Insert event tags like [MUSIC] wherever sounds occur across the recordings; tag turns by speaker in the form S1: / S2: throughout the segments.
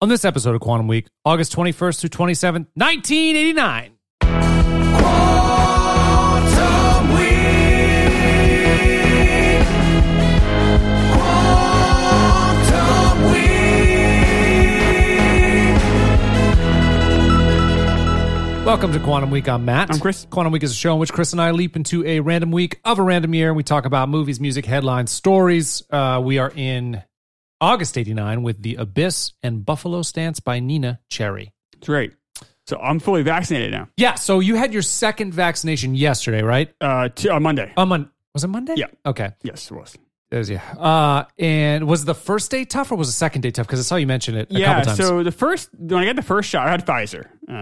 S1: on this episode of Quantum Week, August 21st through 27th, 1989. Welcome to Quantum Week. I'm Matt.
S2: I'm Chris.
S1: Quantum Week is a show in which Chris and I leap into a random week of a random year. We talk about movies, music, headlines, stories. Uh, we are in August 89 with The Abyss and Buffalo Stance by Nina Cherry.
S2: It's great. So I'm fully vaccinated now.
S1: Yeah, so you had your second vaccination yesterday, right?
S2: Uh, t- on Monday.
S1: Um, on, was it Monday?
S2: Yeah.
S1: Okay.
S2: Yes, it was.
S1: It was, yeah. Uh, and was the first day tough or was the second day tough? Because I saw you mention it a
S2: yeah.
S1: couple times.
S2: So the first when I got the first shot, I had Pfizer. Uh,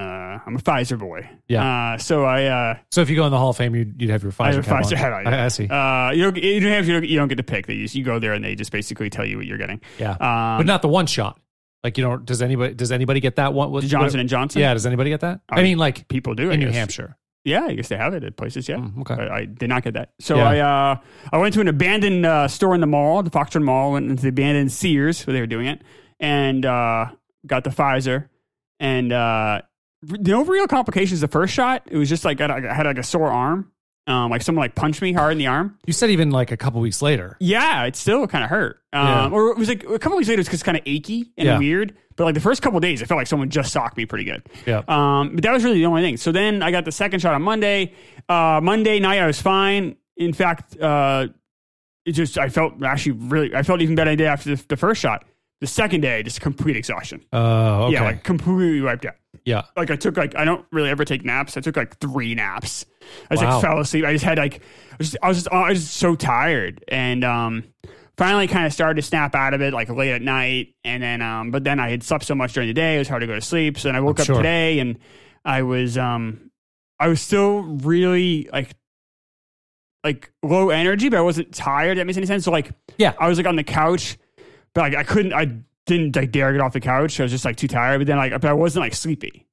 S2: I'm a Pfizer boy.
S1: Yeah.
S2: Uh, so I uh,
S1: So if you go in the Hall of Fame, you'd, you'd have your Pfizer,
S2: I have
S1: cap
S2: Pfizer
S1: on.
S2: hat on.
S1: I, I see.
S2: Uh, you don't, in New Hampshire, you don't, you don't get to pick. They just you go there and they just basically tell you what you're getting.
S1: yeah,
S2: Um,
S1: but not the one shot. Like you don't. Does anybody? Does anybody get that one? What-
S2: Johnson
S1: what-
S2: and Johnson.
S1: Yeah. Does anybody get that? I mean, like
S2: people do I
S1: in New
S2: guess.
S1: Hampshire.
S2: Yeah, I guess they have it at places. Yeah.
S1: Mm, okay.
S2: I, I did not get that. So
S1: Yeah.
S2: I uh, I went to an abandoned uh, store in the mall, the Foxton Mall, went into the abandoned Sears where they were doing it, and uh, got the Pfizer. And uh, re- no real complications the first shot. It was just like I I had like a sore arm. Um, like someone like punched me hard in the arm.
S1: You said even like a couple weeks later.
S2: Yeah, it still kind of hurt. Um,
S1: Yeah.
S2: Or it was like a couple weeks later, it was just kind of achy and
S1: Yeah.
S2: weird. But like the first couple days, it felt like someone just socked me pretty good.
S1: Yeah.
S2: Um, but that was really the only thing. So then I got the second shot on Monday. Uh, Monday night I was fine. In fact, uh, it just I felt actually really I felt even better the day after the, the first shot. The second day, just complete exhaustion.
S1: Oh, okay.
S2: Yeah, like completely wiped out.
S1: yeah.
S2: Like I took like I don't really ever take naps. I took like three naps. I just
S1: Wow.
S2: like fell asleep. I just had like I was just I was just, I was just so tired and um finally kind of started to snap out of it like late at night and then um but then I had slept so much during the day it was hard to go to sleep. So then I woke
S1: I'm
S2: up
S1: sure.
S2: today and I was um I was still really like like low energy but I wasn't tired. That makes any sense. So like
S1: Yeah.
S2: I was like on the couch but like I couldn't I didn't like dare get off the couch. I was just like too tired. But then like but I wasn't like sleepy.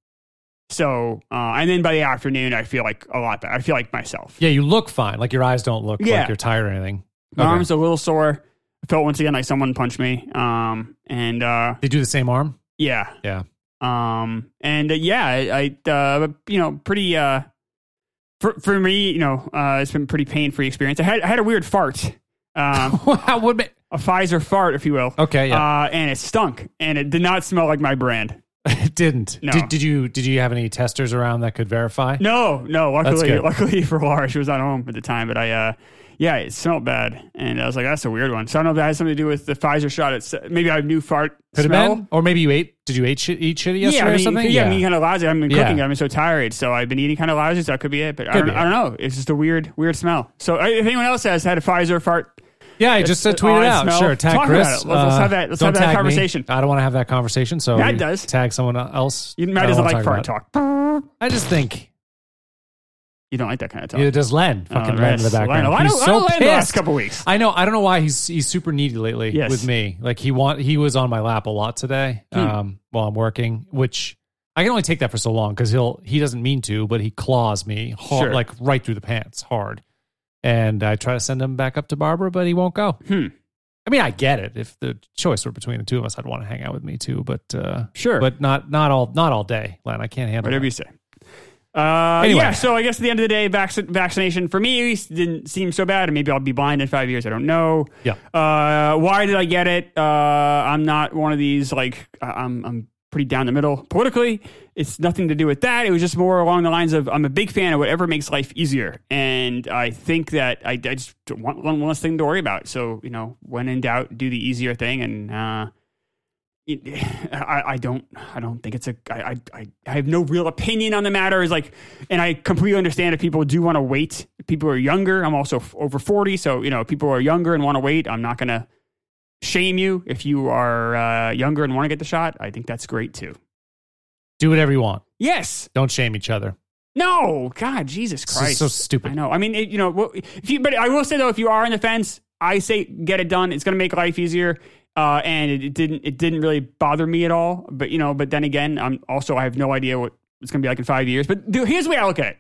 S2: So uh, and then by the afternoon I feel like a lot better. I feel like myself.
S1: Yeah. You look fine. Like your eyes don't look like
S2: Yeah.
S1: you're tired or anything.
S2: My
S1: Okay.
S2: arm's a little sore. I felt once again like someone punched me. Um and uh
S1: They do the same arm. [LAUGHS]
S2: yeah.
S1: Yeah.
S2: Um and uh, yeah, I, I uh you know, pretty uh for for me, you know, uh it's been a pretty pain free experience. I had I had a weird fart.
S1: [LAUGHS]
S2: Um
S1: Wow, would be-
S2: a Pfizer fart, if you will.
S1: Okay. Yeah.
S2: Uh and it stunk and it did not smell like my brand.
S1: [LAUGHS] it didn't.
S2: no.
S1: Did, did you? Did you have any testers around that could verify?
S2: No, no.
S1: That's
S2: Luckily,
S1: good.
S2: luckily [LAUGHS] for Laura, she was not home at the time. But I, uh, yeah, it smelled bad, and I was like, "That's a weird one." So I don't know if that has something to do with the Pfizer shot. It's maybe I have new fart
S1: Could
S2: smell.
S1: have been, or maybe you ate. Did you eat shit, eat shitty yesterday
S2: Yeah, I
S1: or
S2: mean,
S1: something?
S2: yeah, I'm eating kind of lousy. I've been
S1: Yeah.
S2: cooking. I've been so tired, so I've been eating kind of lousy. So that could be it. But I
S1: Could
S2: don't,
S1: be
S2: I don't know. It's just a weird, weird smell. So I, if anyone else has had a Pfizer fart,
S1: Yeah, I just uh,
S2: It's-
S1: tweeted
S2: oh, I
S1: out.
S2: smell.
S1: Sure, tag
S2: Talk about
S1: Chris. Uh,
S2: it. Let's- let's have that- let's
S1: don't
S2: have that
S1: tag me.
S2: conversation.
S1: I don't want to have that conversation. So
S2: Matt
S1: you
S2: does.
S1: Tag someone else.
S2: you,
S1: I
S2: Matt
S1: don't
S2: doesn't
S1: wanna
S2: like
S1: talk
S2: fart
S1: about it.
S2: talk.
S1: I just think
S2: You don't like that kind of talk.
S1: it does Len.
S2: Oh,
S1: Fucking Len in the
S2: yes. Len.
S1: background.
S2: A lot
S1: He's
S2: of-
S1: so
S2: a lot of Len
S1: pissed.
S2: the last couple weeks.
S1: I know. I don't know why he's he's super needy lately
S2: Yes. Hmm.
S1: with me. Like he want he was on my lap a lot today um, while I'm working, which I can only take that for so long because he'll he doesn't mean to, but he claws me hard,
S2: Sure.
S1: like right through the pants, hard. And I try to send him back up to Barbara, but he won't go.
S2: Hmm.
S1: I mean, I get it. If the choice were between the two of us, I'd want to hang out with me too. But uh,
S2: Sure.
S1: but not not all not all day, Len. I can't handle
S2: Whatever
S1: that.
S2: you say. Uh,
S1: Anyway.
S2: Yeah, so I guess at the end of the day, vac- vaccination for me at least didn't seem so bad. And maybe I'll be blind in five years. I don't know.
S1: Yeah.
S2: Uh, why did I get it? Uh, I'm not one of these, like, I- I'm, I'm pretty down the middle politically. It's nothing to do with that. It was just more along the lines of I'm a big fan of whatever makes life easier. And I think that I, I just want one less thing to worry about. So, you know, when in doubt, do the easier thing. And, uh, it- [SIGHS] I, I don't I don't think it's a I, I I- I have no real opinion on the matter is like and I completely understand if people do want to wait people are younger I'm also f- over 40 so you know if people are younger and want to wait I'm not gonna shame you if you are uh, younger and want to get the shot I think that's great too
S1: Do whatever you want.
S2: yes
S1: Don't shame each other.
S2: no God Jesus
S1: This is
S2: Christ
S1: so stupid.
S2: I know I mean it, you know what- if you but I will say though if you are on the fence I say get it done it's gonna make life easier uh, and it, it didn't it didn't really bother me at all. But you know, but then again, I'm also I have no idea what it's going to be like in five years. But dude, here's the way I look at it: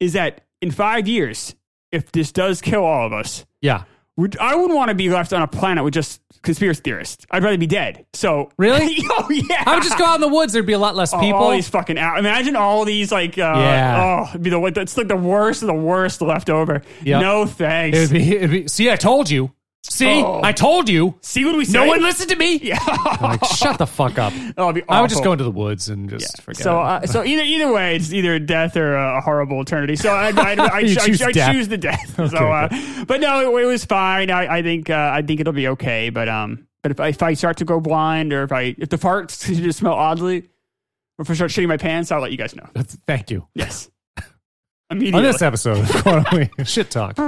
S2: is that in five years, if this does kill all of us,
S1: Yeah.
S2: Would, I wouldn't want to be left on a planet with just conspiracy theorists. I'd rather be dead. So
S1: Really?
S2: [LAUGHS] oh yeah.
S1: I would just go out in the woods. There'd be a lot less
S2: Oh,
S1: people.
S2: All these fucking out. Imagine all these like. Uh,
S1: Yeah.
S2: Oh, it'd be the it's like the worst of the worst left over.
S1: Yep.
S2: No
S1: it
S2: thanks.
S1: would be, it'd be. See, I told you. See,
S2: Oh.
S1: I told you.
S2: See what we say.
S1: No one listened to me.
S2: Yeah. [LAUGHS]
S1: Like, shut the fuck up.
S2: Oh, it'd be
S1: I would just
S2: awful.
S1: go into the woods and just forget.
S2: So,
S1: it. [LAUGHS]
S2: uh, so either either way, it's either death or uh, a horrible eternity. So I
S1: [LAUGHS]
S2: I, I, I,
S1: You choose
S2: I,
S1: death.
S2: choose
S1: [LAUGHS]
S2: the death. So, uh, but no, it, it was fine. I, I think uh, I think it'll be okay. But um, but if, I- if I start to go blind or if I if the farts [LAUGHS] just smell oddly, or if I start shitting my pants, I'll let you guys know.
S1: That's- Thank you. [LAUGHS]
S2: Yes,
S1: On
S2: immediately.
S1: this episode of Quarterly [LAUGHS] Shit Talk.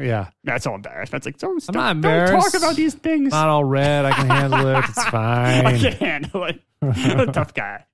S1: Yeah.
S2: That's all embarrassed. That's like don't,
S1: not
S2: don't, don't talk
S1: embarrassed.
S2: about these things.
S1: Not all red. I can handle it. It's
S2: [LAUGHS] I
S1: fine.
S2: can't [LAUGHS] handle it. I'm a
S1: [LAUGHS]
S2: tough guy.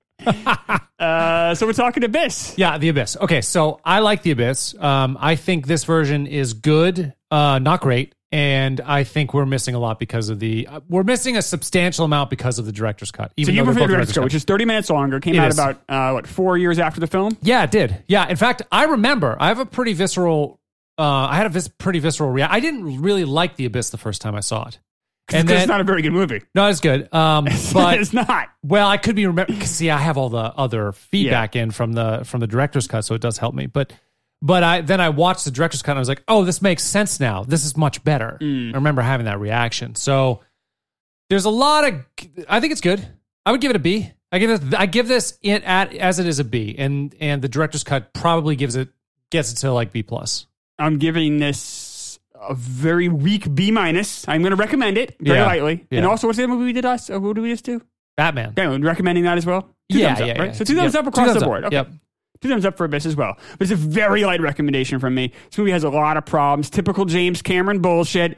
S2: uh, so we're talking abyss.
S1: Yeah, The Abyss. Okay, so I like The Abyss. Um, I think this version is good, uh, not great. And I think we're missing a lot because of the. Uh, we're missing a substantial amount because of the director's cut.
S2: So
S1: Even
S2: you
S1: though they're
S2: prefer
S1: both
S2: Director's Cut, which is 30 minutes longer. Came
S1: It
S2: out
S1: is.
S2: about uh, what four years after the film.
S1: Yeah, it did. Yeah. In fact, I remember I have a pretty visceral. Uh, I had a vis- pretty visceral reaction. I didn't really like The Abyss the first time I saw it. And
S2: And
S1: then,
S2: it's not a very good movie. [LAUGHS]
S1: no, it's good. Um, but
S2: it's not.
S1: well, I could be remember. See, I have all the other feedback in from the from the director's cut, so it does help me. But but I then I watched the director's cut and I was like, oh, this makes sense now. This is much better.
S2: Mm.
S1: I remember having that reaction. So there's a lot of. I think it's good. I would give it a B. I give it. I give this it at as it is a B, and and the director's cut probably gives it gets it to like B plus.
S2: I'm giving this a very weak B minus. I'm going to recommend it very
S1: Yeah.
S2: lightly. And
S1: Yeah.
S2: also, what's the other movie we did us? Uh, what did we just do?
S1: Batman.
S2: Okay, we're recommending that as well. Two thumbs up, right? So two thumbs
S1: Yep.
S2: up
S1: Two
S2: across
S1: thumbs
S2: the
S1: up.
S2: board. Okay.
S1: Yep.
S2: Two thumbs up for Abyss as well. But it's a very light recommendation from me. This movie has a lot of problems. Typical James Cameron bullshit.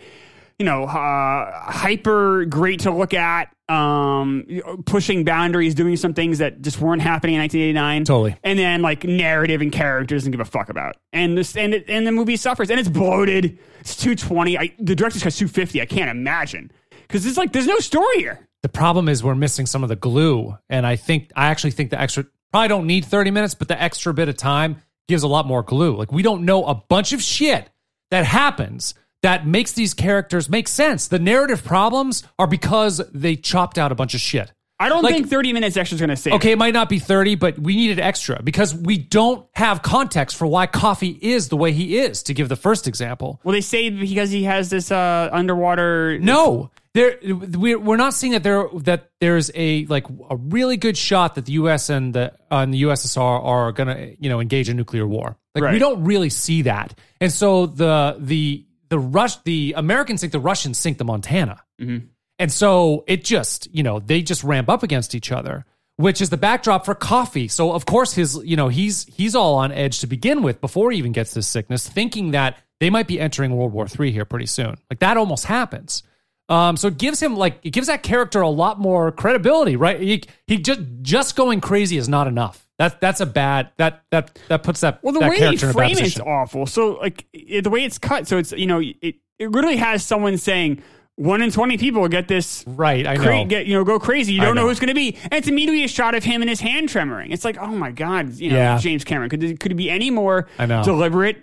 S2: You know, uh, hyper great to look at, um, pushing boundaries, doing some things that just weren't happening in 1989.
S1: Totally.
S2: And then like narrative and character doesn't give a fuck about. And this and it, and the movie suffers and it's bloated. It's 220. I, the director's got 250. I can't imagine because it's like there's no story here.
S1: the problem is we're missing some of the glue and i think i actually think the extra probably don't need 30 minutes but the extra bit of time gives a lot more glue like we don't know a bunch of shit that happens that makes these characters make sense the narrative problems are because they chopped out a bunch of shit
S2: I don't
S1: Like-
S2: think 30 minutes extra is going to save. it.
S1: okay it might not be 30 but we needed extra because we don't have context for why coffee is the way he is to give the first example
S2: Well, they say because he has this uh, underwater.
S1: No, there we're we're not seeing that there that there's a like a really good shot that the U.S. and the uh, and the USSR are gonna you know engage in nuclear war. Like we
S2: Right.
S1: don't really see that, and so the the the rush the Americans think the Russians sink the Montana, and so it just you know they just ramp up against each other. Which is the backdrop for coffee. So of course his, you know, he's he's all on edge to begin with before he even gets this sickness, thinking that they might be entering World War III here pretty soon. Like that almost happens. Um, so it gives him like it gives that character a lot more credibility, right? He, he just just going crazy is not enough. That's that's a bad that that that puts that
S2: Well, the
S1: that
S2: way they
S1: character in a bad
S2: frame it's
S1: position.
S2: awful. So, like it, the way it's cut, so it's you know, it, it literally has someone saying one in twenty people get this.
S1: Right, I know.
S2: Cra- get you know go crazy. You
S1: I
S2: don't know,
S1: know.
S2: who it's going to be, and it's immediately a shot of him and his hand tremoring. It's like, oh my god, you know,
S1: Yeah.
S2: James Cameron could it- could it be any more
S1: I know.
S2: deliberate?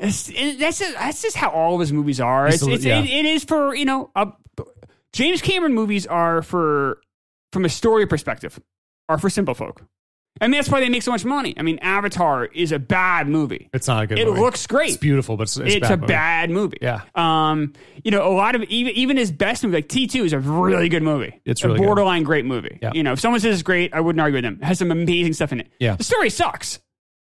S2: It's- it- that's just, that's just how all of his movies are. It's,
S1: He's deli-
S2: it's,
S1: yeah.
S2: it, it is for you know, a, James Cameron movies are for from a story perspective are for simple folk, and that's why they make so much money. I mean, Avatar is a bad movie.
S1: it's not a good.
S2: It
S1: movie.
S2: looks great.
S1: It's beautiful, but it's, it's,
S2: It's,
S1: bad
S2: a
S1: movie.
S2: bad movie.
S1: Yeah.
S2: Um, you know, a lot of even even his best movie, like T two, is a really good movie.
S1: It's
S2: a
S1: really good.
S2: borderline great movie.
S1: Yeah.
S2: You know, if someone says it's great, I wouldn't argue with them. It has some amazing stuff in it.
S1: Yeah.
S2: The story sucks.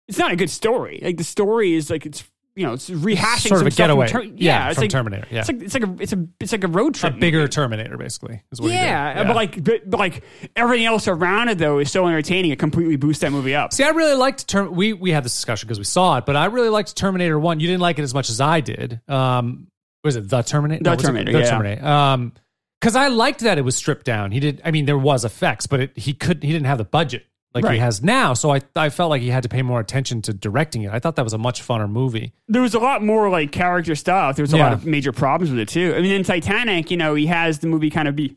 S2: It's not a good story. Like the story is like it's you know it's rehashing
S1: Sort of
S2: some
S1: a
S2: stuff
S1: getaway.
S2: From Ter-
S1: Yeah,
S2: it's
S1: from
S2: like,
S1: Terminator, yeah.
S2: It's like it's like a it's a it's like a road
S1: A
S2: trip.
S1: bigger Terminator, basically, is what he did.
S2: yeah, but like but, but like everything else around it though is so entertaining. It completely boosts that movie up.
S1: See, I really liked Term. We we had this discussion because we saw it, but I really liked Terminator One. You didn't like it as much as I did. Um, was it the Terminator?
S2: The
S1: was it
S2: Terminator,
S1: The
S2: yeah.
S1: Terminator. Um, because I liked that it was stripped down. He did. I mean, there was effects, but it, he could. He didn't have the budget like he
S2: Right.
S1: has now. So I I felt like he had to pay more attention to directing it. I thought that was a much funner movie.
S2: there was a lot more like character stuff. There was a
S1: Yeah.
S2: lot of major problems with it too. I mean, in Titanic, you know, he has the movie kind of be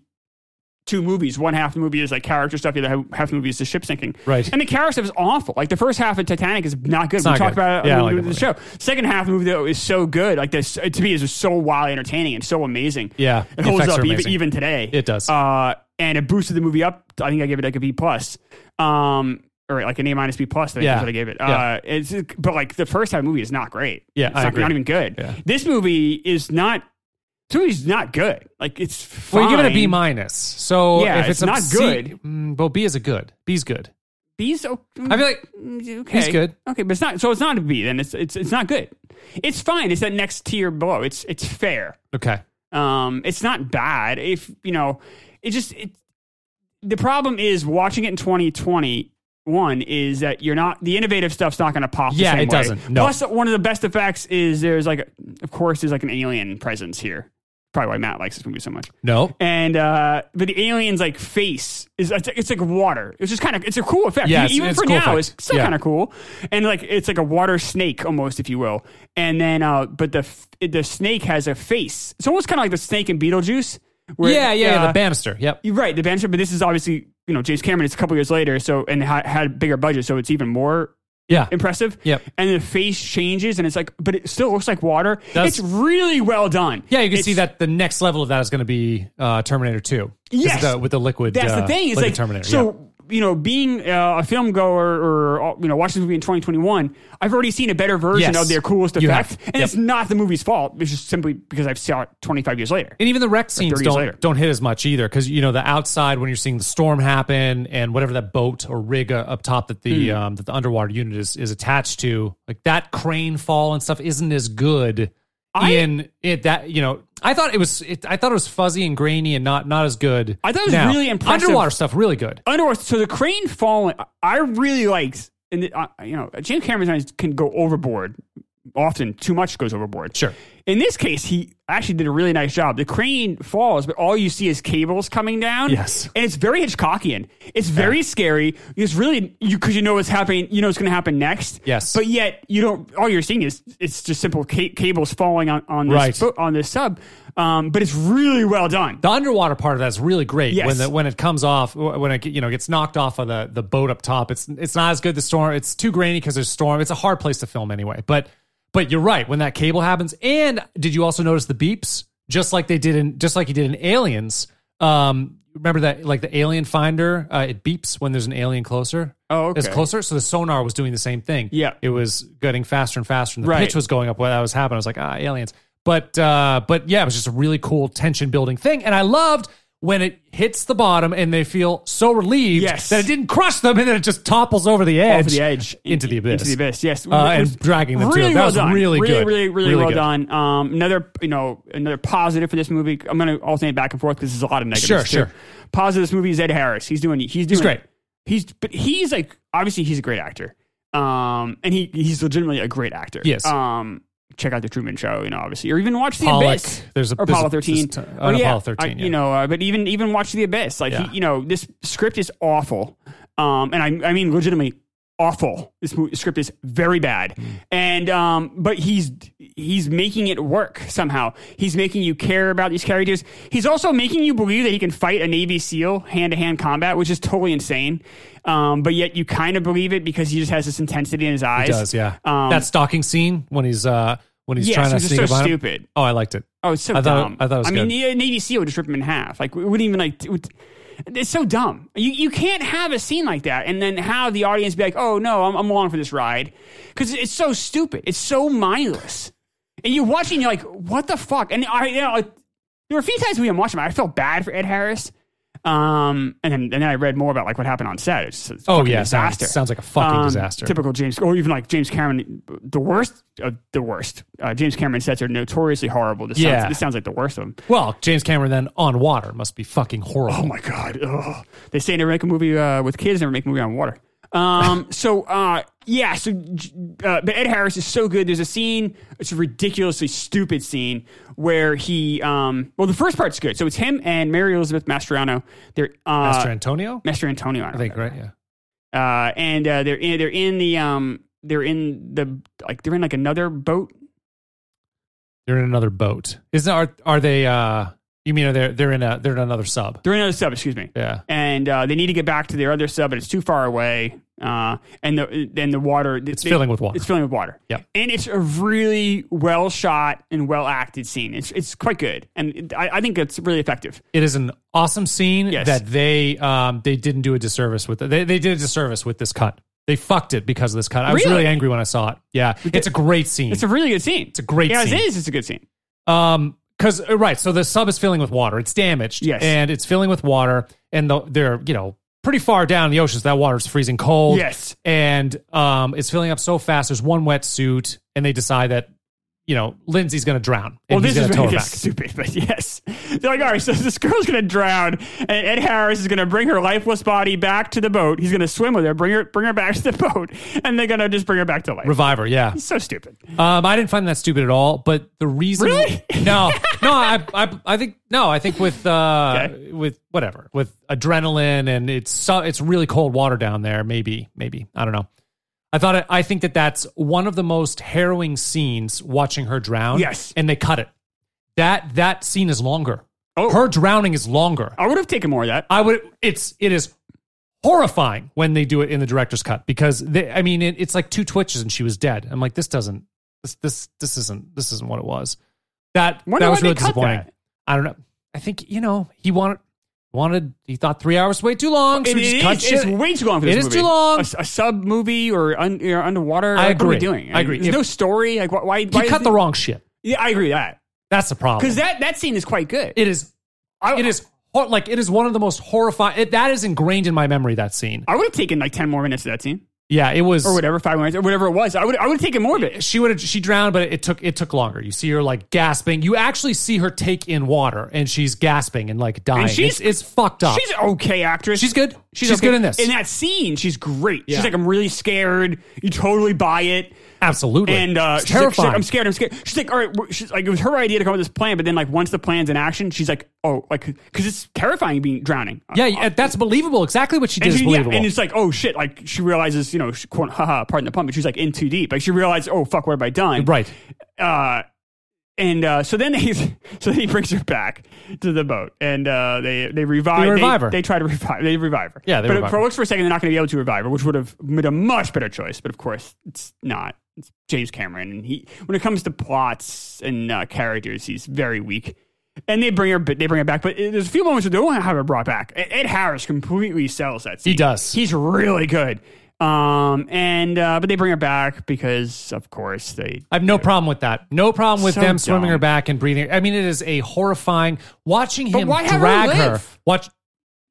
S2: two movies. One half the movie is like character stuff. The other half- half the movie is the ship sinking.
S1: Right.
S2: And the character stuff is awful. Like the first half of Titanic is not good. we
S1: not
S2: talked
S1: good.
S2: about it
S1: Yeah, I
S2: on
S1: like
S2: the,
S1: that
S2: the show. Second half of the movie though is so good. Like this to me is just so wildly entertaining and so amazing.
S1: Yeah.
S2: It holds
S1: Effects are
S2: up even,
S1: amazing.
S2: even today.
S1: It does.
S2: Uh, and it boosted the movie up. I think I gave it like a B plus. Um, or like an A minus B plus. I think
S1: Yeah.
S2: that's what I gave it.
S1: Yeah.
S2: Uh, it's but like the first half of the movie is not great.
S1: Yeah,
S2: it's
S1: I
S2: not,
S1: agree.
S2: not even good.
S1: Yeah.
S2: This movie is not. This movie's not good. Like it's. Fine.
S1: Well, you give it a B minus. So
S2: Yeah,
S1: if it's,
S2: it's not
S1: a C-
S2: good.
S1: mm, well, B is a good. B's good.
S2: B's o-
S1: I feel like
S2: okay.
S1: he's good.
S2: Okay, but it's not. So it's not a B. Then it's it's it's not good. It's fine. It's that next tier below. It's it's fair.
S1: okay.
S2: Um, it's not bad. If you know, it just it, the problem is watching it in 2021 is that you're not the innovative stuff's not going to pop. the
S1: Yeah,
S2: same
S1: it
S2: way.
S1: doesn't. No.
S2: Plus, one of the best effects is there's like, a, of course, there's like an alien presence here. Probably why Matt likes this movie so much.
S1: No.
S2: And uh, but the alien's like face is it's, it's like water. It's just kind of it's a cool effect.
S1: Yeah, it's-
S2: even
S1: it's
S2: for
S1: a cool
S2: now,
S1: effect.
S2: it's still
S1: Yeah.
S2: kind of cool. And like it's like a water snake almost, if you will. And then uh, but the f- the snake has a face. It's almost kind of like the snake in Beetlejuice. Where,
S1: yeah, yeah,
S2: uh,
S1: The banister. Yep.
S2: you're right, the banter. But this is obviously you know James Cameron. It's a couple years later, so and ha- had a bigger budget, so it's even more
S1: Yeah.
S2: impressive.
S1: Yep.
S2: And the face changes, and it's like, but it still looks like water.
S1: Does-
S2: it's really well done.
S1: Yeah, you can see
S2: It's-
S1: that the next level of that is going to be uh, Terminator 2. 'Cause
S2: Yes.
S1: the- with the liquid.
S2: That's
S1: uh,
S2: the thing. It's
S1: liquid
S2: like
S1: Terminator. yeah.
S2: so. You know, being uh, a film goer or uh, you know watching this movie in 2021, I've already seen a better version
S1: Yes.
S2: of their coolest
S1: You
S2: effect,
S1: have.
S2: and
S1: Yep.
S2: it's not the movie's fault. It's just simply because I've saw it 25 years later.
S1: And even the wreck scenes
S2: 30 years
S1: don't
S2: later.
S1: don't hit as much either because you know the outside when you're seeing the storm happen and whatever that boat or rig uh, up top that the
S2: Hmm.
S1: um, that the underwater unit is is attached to like that crane fall and stuff isn't as good
S2: I-
S1: in it that you know I thought it was it, I thought it was fuzzy and grainy and not not as good.
S2: I thought it was
S1: now.
S2: really impressive.
S1: Underwater stuff really good.
S2: Underwater. So the crane falling, I- I really liked, and it- I you know James Cameron can go overboard. Often too much goes overboard.
S1: Sure.
S2: In this case, he actually did a really nice job. The crane falls, but all you see is cables coming down.
S1: Yes.
S2: and it's very Hitchcockian. It's very scary. It's really you because you know what's happening. You know what's going to happen next.
S1: Yes.
S2: but yet you don't. All you're seeing is it's just simple ca- cables falling on on this
S1: Right.
S2: boat- on this sub. Um, but it's really well done.
S1: The underwater part of that's really great.
S2: Yes.
S1: When the, when it comes off, when it you know gets knocked off of the the boat up top, it's it's not as good. The storm, it's too grainy because there's storm. It's a hard place to film anyway. But but you're right. When that cable happens, and did you also notice the beeps? Just like they did in just like you did in Aliens. Um, remember that like the alien finder, uh, it beeps when there's an alien closer.
S2: Oh,
S1: It's
S2: okay.
S1: closer. So the sonar was doing the same thing.
S2: Yeah.
S1: it was getting faster and faster, and the
S2: Right.
S1: pitch was going up while that was happening. I was like, ah, aliens. But uh, but yeah, it was just a really cool tension building thing, and I loved when it hits the bottom and they feel so relieved
S2: Yes.
S1: that it didn't crush them, and then it just topples over the edge,
S2: Off the edge
S1: [LAUGHS] into the abyss,
S2: Into the abyss. Yes,
S1: Uh, and dragging them
S2: really
S1: to it. That
S2: well
S1: was
S2: done.
S1: really
S2: really,
S1: good,
S2: really, really,
S1: Really
S2: well
S1: good.
S2: done. Um, another, you know, another positive for this movie. I'm going to alternate back and forth because there's a lot of negatives.
S1: Sure,
S2: too.
S1: sure.
S2: Positive. This movie is Ed Harris. He's doing. He's doing.
S1: great.
S2: He's but he's like obviously he's a great actor. Um, and he he's legitimately a great actor.
S1: Yes.
S2: Um, check out the Truman Show. You know, obviously, or even watch the
S1: Pollock.
S2: Abyss.
S1: There's a-
S2: or
S1: there's a-
S2: Apollo 13.
S1: there's a ton-
S2: Or,
S1: an
S2: yeah,
S1: Apollo 13,
S2: I-
S1: yeah.
S2: You know, uh, but even even watch the Abyss. Like
S1: Yeah.
S2: he, you know, this script is awful. Um, and I I mean legitimately awful. This mo- script is very bad.
S1: Mm.
S2: And um, but he's he's making it work somehow. He's making you care about these characters. He's also making you believe that he can fight a Navy SEAL hand to hand combat, which is totally insane. Um, but yet you kind of believe it because he just has this intensity in his eyes.
S1: It does yeah.
S2: Um,
S1: that stalking scene when he's uh when he's
S2: Yes,
S1: trying to
S2: which is
S1: sneak
S2: so
S1: up on him.
S2: stupid.
S1: Oh, I liked it.
S2: Oh, it's so
S1: I thought it-
S2: dumb.
S1: I thought it was
S2: I mean,
S1: good.
S2: the Navy SEAL would just rip him in half. Like, we wouldn't even like. It would, it's so dumb. You you can't have a scene like that and then have the audience be like, "Oh no, I'm I'm along for this ride," because it's so stupid. It's so mindless. And you're watching, you're like, "What the fuck?" And I, you know, like, there were a few times we didn't watch him. I felt bad for Ed Harris. Um, and then and then I read more about like what happened on set. It's, it's a
S1: Oh
S2: fucking
S1: yeah, sounds,
S2: disaster.
S1: sounds like a fucking
S2: Um,
S1: disaster.
S2: Typical James, or even like James Cameron, the worst, uh, the worst. Uh, James Cameron sets are notoriously horrible. This,
S1: Yeah.
S2: sounds, this sounds like the worst of them.
S1: Well, James Cameron then on water must be fucking horrible.
S2: Oh my god! Ugh. They say never make a movie uh, with kids, never make a movie on water.
S1: [LAUGHS]
S2: Um, so uh, yeah, so j- uh, but Ed Harris is so good. There's a scene, it's a ridiculously stupid scene where he, um, well, the first part's good. So it's him and Mary Elizabeth Mastriano. They're uh,
S1: Master Antonio,
S2: Master Antonio. I
S1: I think right. Yeah.
S2: uh, and uh, they're in, they're in the um they're in the like they're in like another boat.
S1: They're in another boat. Isn't are are they? uh You mean they're they're in a they're in another sub?
S2: They're in another sub, excuse me.
S1: Yeah.
S2: And uh, they need to get back to their other sub, but it's too far away. Uh, and the and the water
S1: It's filling with water.
S2: It's filling with water.
S1: Yep.
S2: And it's a really well shot and well acted scene. It's it's quite good, and it, I, I think it's really effective.
S1: It is an awesome scene
S2: Yes.
S1: that they um they didn't do a disservice with. They they did a disservice with this cut. They fucked it because of this cut. I was
S2: Really?
S1: really angry when I saw it. Yeah, it's a great scene.
S2: It's a really good scene. It's
S1: a great
S2: yeah,
S1: scene.
S2: it is. It's a good scene.
S1: Um, because right, so the sub is filling with water. It's damaged.
S2: Yes.
S1: and it's filling with water, and the, they're you know pretty far down the ocean, so that water's freezing cold.
S2: Yes.
S1: and um, it's filling up so fast. There's one wetsuit, and they decide that you know Lindsay's going to drown. And
S2: Well, this
S1: he's
S2: is
S1: gonna tow
S2: [LAUGHS] really
S1: her
S2: just stupid, but yes. They're like, all right, so this girl's going to drown, and Ed Harris is going to bring her lifeless body back to the boat. He's going to swim with her, bring her, bring her back to the [LAUGHS] boat, and they're going to just bring her back to life.
S1: Reviver, yeah.
S2: so stupid.
S1: Um, I didn't find that stupid at all. But the reason,
S2: Really? [LAUGHS]
S1: no, no, I, I, I think no, I think with uh,
S2: Okay.
S1: with whatever, with adrenaline and it's so, it's really cold water down there. Maybe, maybe I don't know. I thought it, I think that that's one of the most harrowing scenes watching her drown.
S2: Yes.
S1: and they cut it. That that scene is longer.
S2: Oh.
S1: her drowning is longer.
S2: I would have taken more of that.
S1: I would. It's it is horrifying when they do it in the director's cut because they, I mean it, it's like two twitches and she was dead. I'm like this doesn't this this this isn't this isn't what it was. That
S2: Wonder
S1: that
S2: why
S1: was
S2: they
S1: really
S2: cut
S1: disappointing.
S2: that.
S1: I don't know. I think you know he wanted wanted he thought three hours was way too long. So
S2: It-
S1: we
S2: it
S1: just cut
S2: is- it's
S1: shit.
S2: way too long for
S1: It is
S2: this movie.
S1: too long.
S2: A, s- a sub movie or, un, or underwater.
S1: I
S2: Like, What are we
S1: agree.
S2: doing?
S1: I agree.
S2: There's
S1: If-
S2: no story. Like, wh- why? why
S1: He
S2: is
S1: cut
S2: it-
S1: the wrong shit.
S2: Yeah, I agree with that
S1: That's the problem.
S2: because that that scene is quite good.
S1: it is
S2: I,
S1: it is hor- like it is one of the most horrifying. It, that is ingrained in my memory. That scene.
S2: I would have taken like ten more minutes of that scene
S1: Yeah, it was.
S2: or whatever, five minutes or whatever it was. I would I would have taken more of it.
S1: she would have she drowned but it took it took longer you see her like gasping you actually see her take in water and she's gasping and like dying
S2: she's-
S1: it's, it's fucked up
S2: She's an okay actress.
S1: She's good. She's
S2: okay.
S1: good in this.
S2: In that scene, she's great.
S1: Yeah.
S2: She's like, I'm really scared. You totally buy it.
S1: absolutely
S2: And uh,
S1: It's
S2: she's like- she's
S1: terrifying
S2: like, I'm scared. I'm scared. She's like, all right. we're- She's like, it was her idea to come up with this plan, but then like once the plan's in action, she's like, oh, like because it's terrifying being drowning. Uh,
S1: yeah yeah, that's believable exactly what she did
S2: And,
S1: is
S2: she, yeah,
S1: believable
S2: and it's like, oh shit! Like she realizes, you know, she, quote, haha, pardon the pun, but she's like in too deep. Like she realized, oh fuck, what have I done?
S1: right
S2: uh, and uh, so then [LAUGHS] he's so then he brings her back to the boat, and uh, they they revive
S1: They revive her.
S2: They, try to revive. They revive her.
S1: Yeah, they
S2: but
S1: revive
S2: for
S1: her.
S2: looks for a second, they're not going to be able to revive her, which would have made a much better choice. But of course, it's not. It's James Cameron, and he when it comes to plots and uh, characters, he's very weak. And they bring her, but they bring her back. But it- there's a few moments where they don't have her brought back. Ed Ed Harris completely sells that. Scene.
S1: does.
S2: He's really good. Um, and uh, but they bring her back because, of course, they
S1: I have no problem with that. No problem with
S2: So
S1: them swimming
S2: dumb.
S1: her back and breathing. I mean, it is a horrifying watching him
S2: why have her
S1: drag her.
S2: live?
S1: Watch.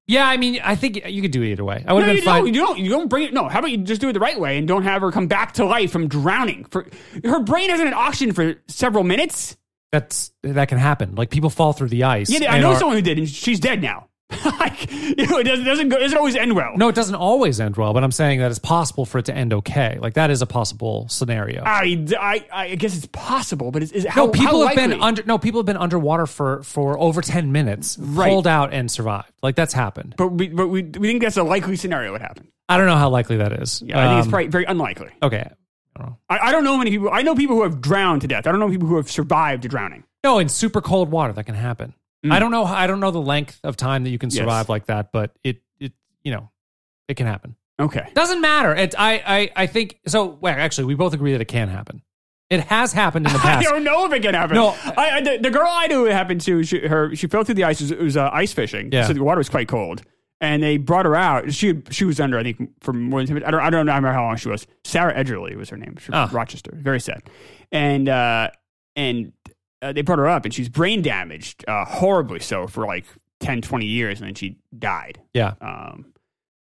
S1: Yeah, I mean, I think you could do it either way. I would
S2: No,
S1: have
S2: you
S1: been fine.
S2: don't. You don't. You don't bring it. No. How about you just do it the right way and don't have her come back to life from drowning? For her brain isn't an oxygen for several minutes.
S1: That's that can happen. Like people fall through the ice.
S2: Yeah, I
S1: and
S2: know
S1: are-
S2: someone who did, and she's dead now. [LAUGHS] like, you know, it doesn't doesn't go. Doesn't always end well.
S1: No, it doesn't always end well, but I'm saying that it's possible for it to end okay. Like that is a possible scenario.
S2: I, I, I guess it's possible, but it's, is Uh, how
S1: no, people
S2: how
S1: have been
S2: likely?
S1: under no, people have been underwater for for over 10 minutes,
S2: Right.
S1: pulled out and survived. Like that's happened.
S2: but we, but we, we think that's a likely scenario would happen.
S1: I don't know how likely that is.
S2: Yeah, I think it's
S1: Um,
S2: probably very unlikely.
S1: Okay.
S2: I, I don't know many people. I know people who have drowned to death. I don't know people who have survived drowning.
S1: No, in super cold water that can happen. I don't know I don't know the length of time that you can
S2: Mm. Yes.
S1: survive like that, but it it you know, it can happen.
S2: Okay.
S1: Doesn't matter. It, I, I I think so. Well, actually, we both agree that it can happen. It has happened in the
S2: [LAUGHS] I
S1: past.
S2: don't know if it can happen.
S1: No.
S2: I, I, the, the girl I knew it happened to, she, her, she fell through the ice. It was, it was uh, ice fishing,
S1: Yeah.
S2: so the water was quite cold. And they brought her out. She she was under, I think, for more than ten minutes. I don't, I don't remember how long she was. Sarah Edgerly was her name. She was
S1: Ah.
S2: from Rochester. Very sad. And uh, and uh, they brought her up, and she's brain damaged uh, horribly so for like 10, 20 years, and then she died
S1: yeah.
S2: um,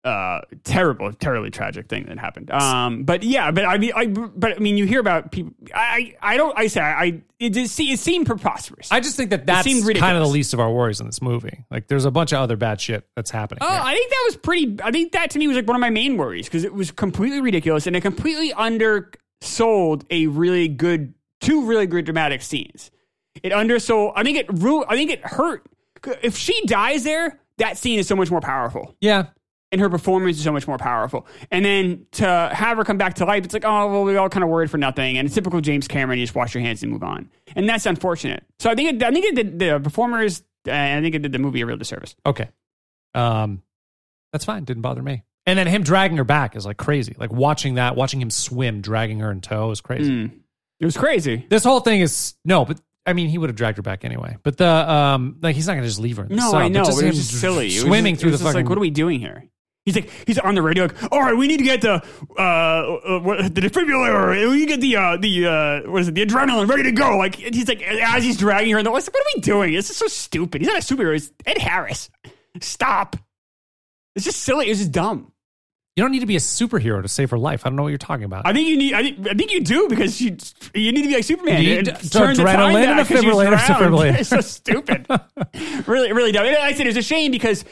S2: uh, terrible, terribly tragic thing that happened. Um, but yeah, but I mean, I, but I mean, you hear about people. I, I I don't. I say I. It just see. It seemed preposterous.
S1: I just think that that's
S2: seemed ridiculous.
S1: kind of the least of our worries in this movie. Like, there's a bunch of other bad shit that's happening.
S2: Oh,
S1: here.
S2: I think that was pretty. I think that to me was like one of my main worries because it was completely ridiculous and it completely undersold a really good, two really good dramatic scenes. It undersold. I think it. ru- I think it hurt. If she dies there, that scene is so much more powerful.
S1: yeah,
S2: and her performance is so much more powerful. And then to have her come back to life, it's like, oh, well, we all kind of worried for nothing. And it's typical James Cameron, you just wash your hands and move on. And that's unfortunate. So I think it, I think it, the, the performers I think it did the movie a real disservice.
S1: Okay. Um, that's fine. Didn't bother me. And then him dragging her back is like crazy. Like watching that, watching him swim, dragging her in tow is crazy.
S2: Mm. It was crazy.
S1: This whole thing is no, but I mean, he would have dragged her back anyway. But the um, like he's not gonna just leave her. In the
S2: No,
S1: sun,
S2: I
S1: but
S2: know. But
S1: just
S2: it was
S1: him
S2: just silly. It was
S1: swimming
S2: just-
S1: through
S2: it was
S1: the
S2: just
S1: fucking.
S2: Like, what are we doing here? He's like, he's on the radio. Like, all right, we need to get the uh, uh what, the defibrillator. We need to get the uh, the uh, what is it? The adrenaline ready to go. Like, and he's like, as he's dragging her in the water, like, what are we doing? This is so stupid. He's not a superhero. He's Ed Harris. Stop. It's just silly. It's just dumb.
S1: you don't need to be a superhero to save her life. I don't know what you're talking about.
S2: I think you need. I think, I think you do because you you need to be like Superman.
S1: You
S2: and
S1: need to- adrenaline and
S2: back 'cause you
S1: defibrillator,
S2: [LAUGHS] drowned.
S1: defibrillator.
S2: It's so stupid.
S1: [LAUGHS]
S2: really, really dumb. And I said it's a shame because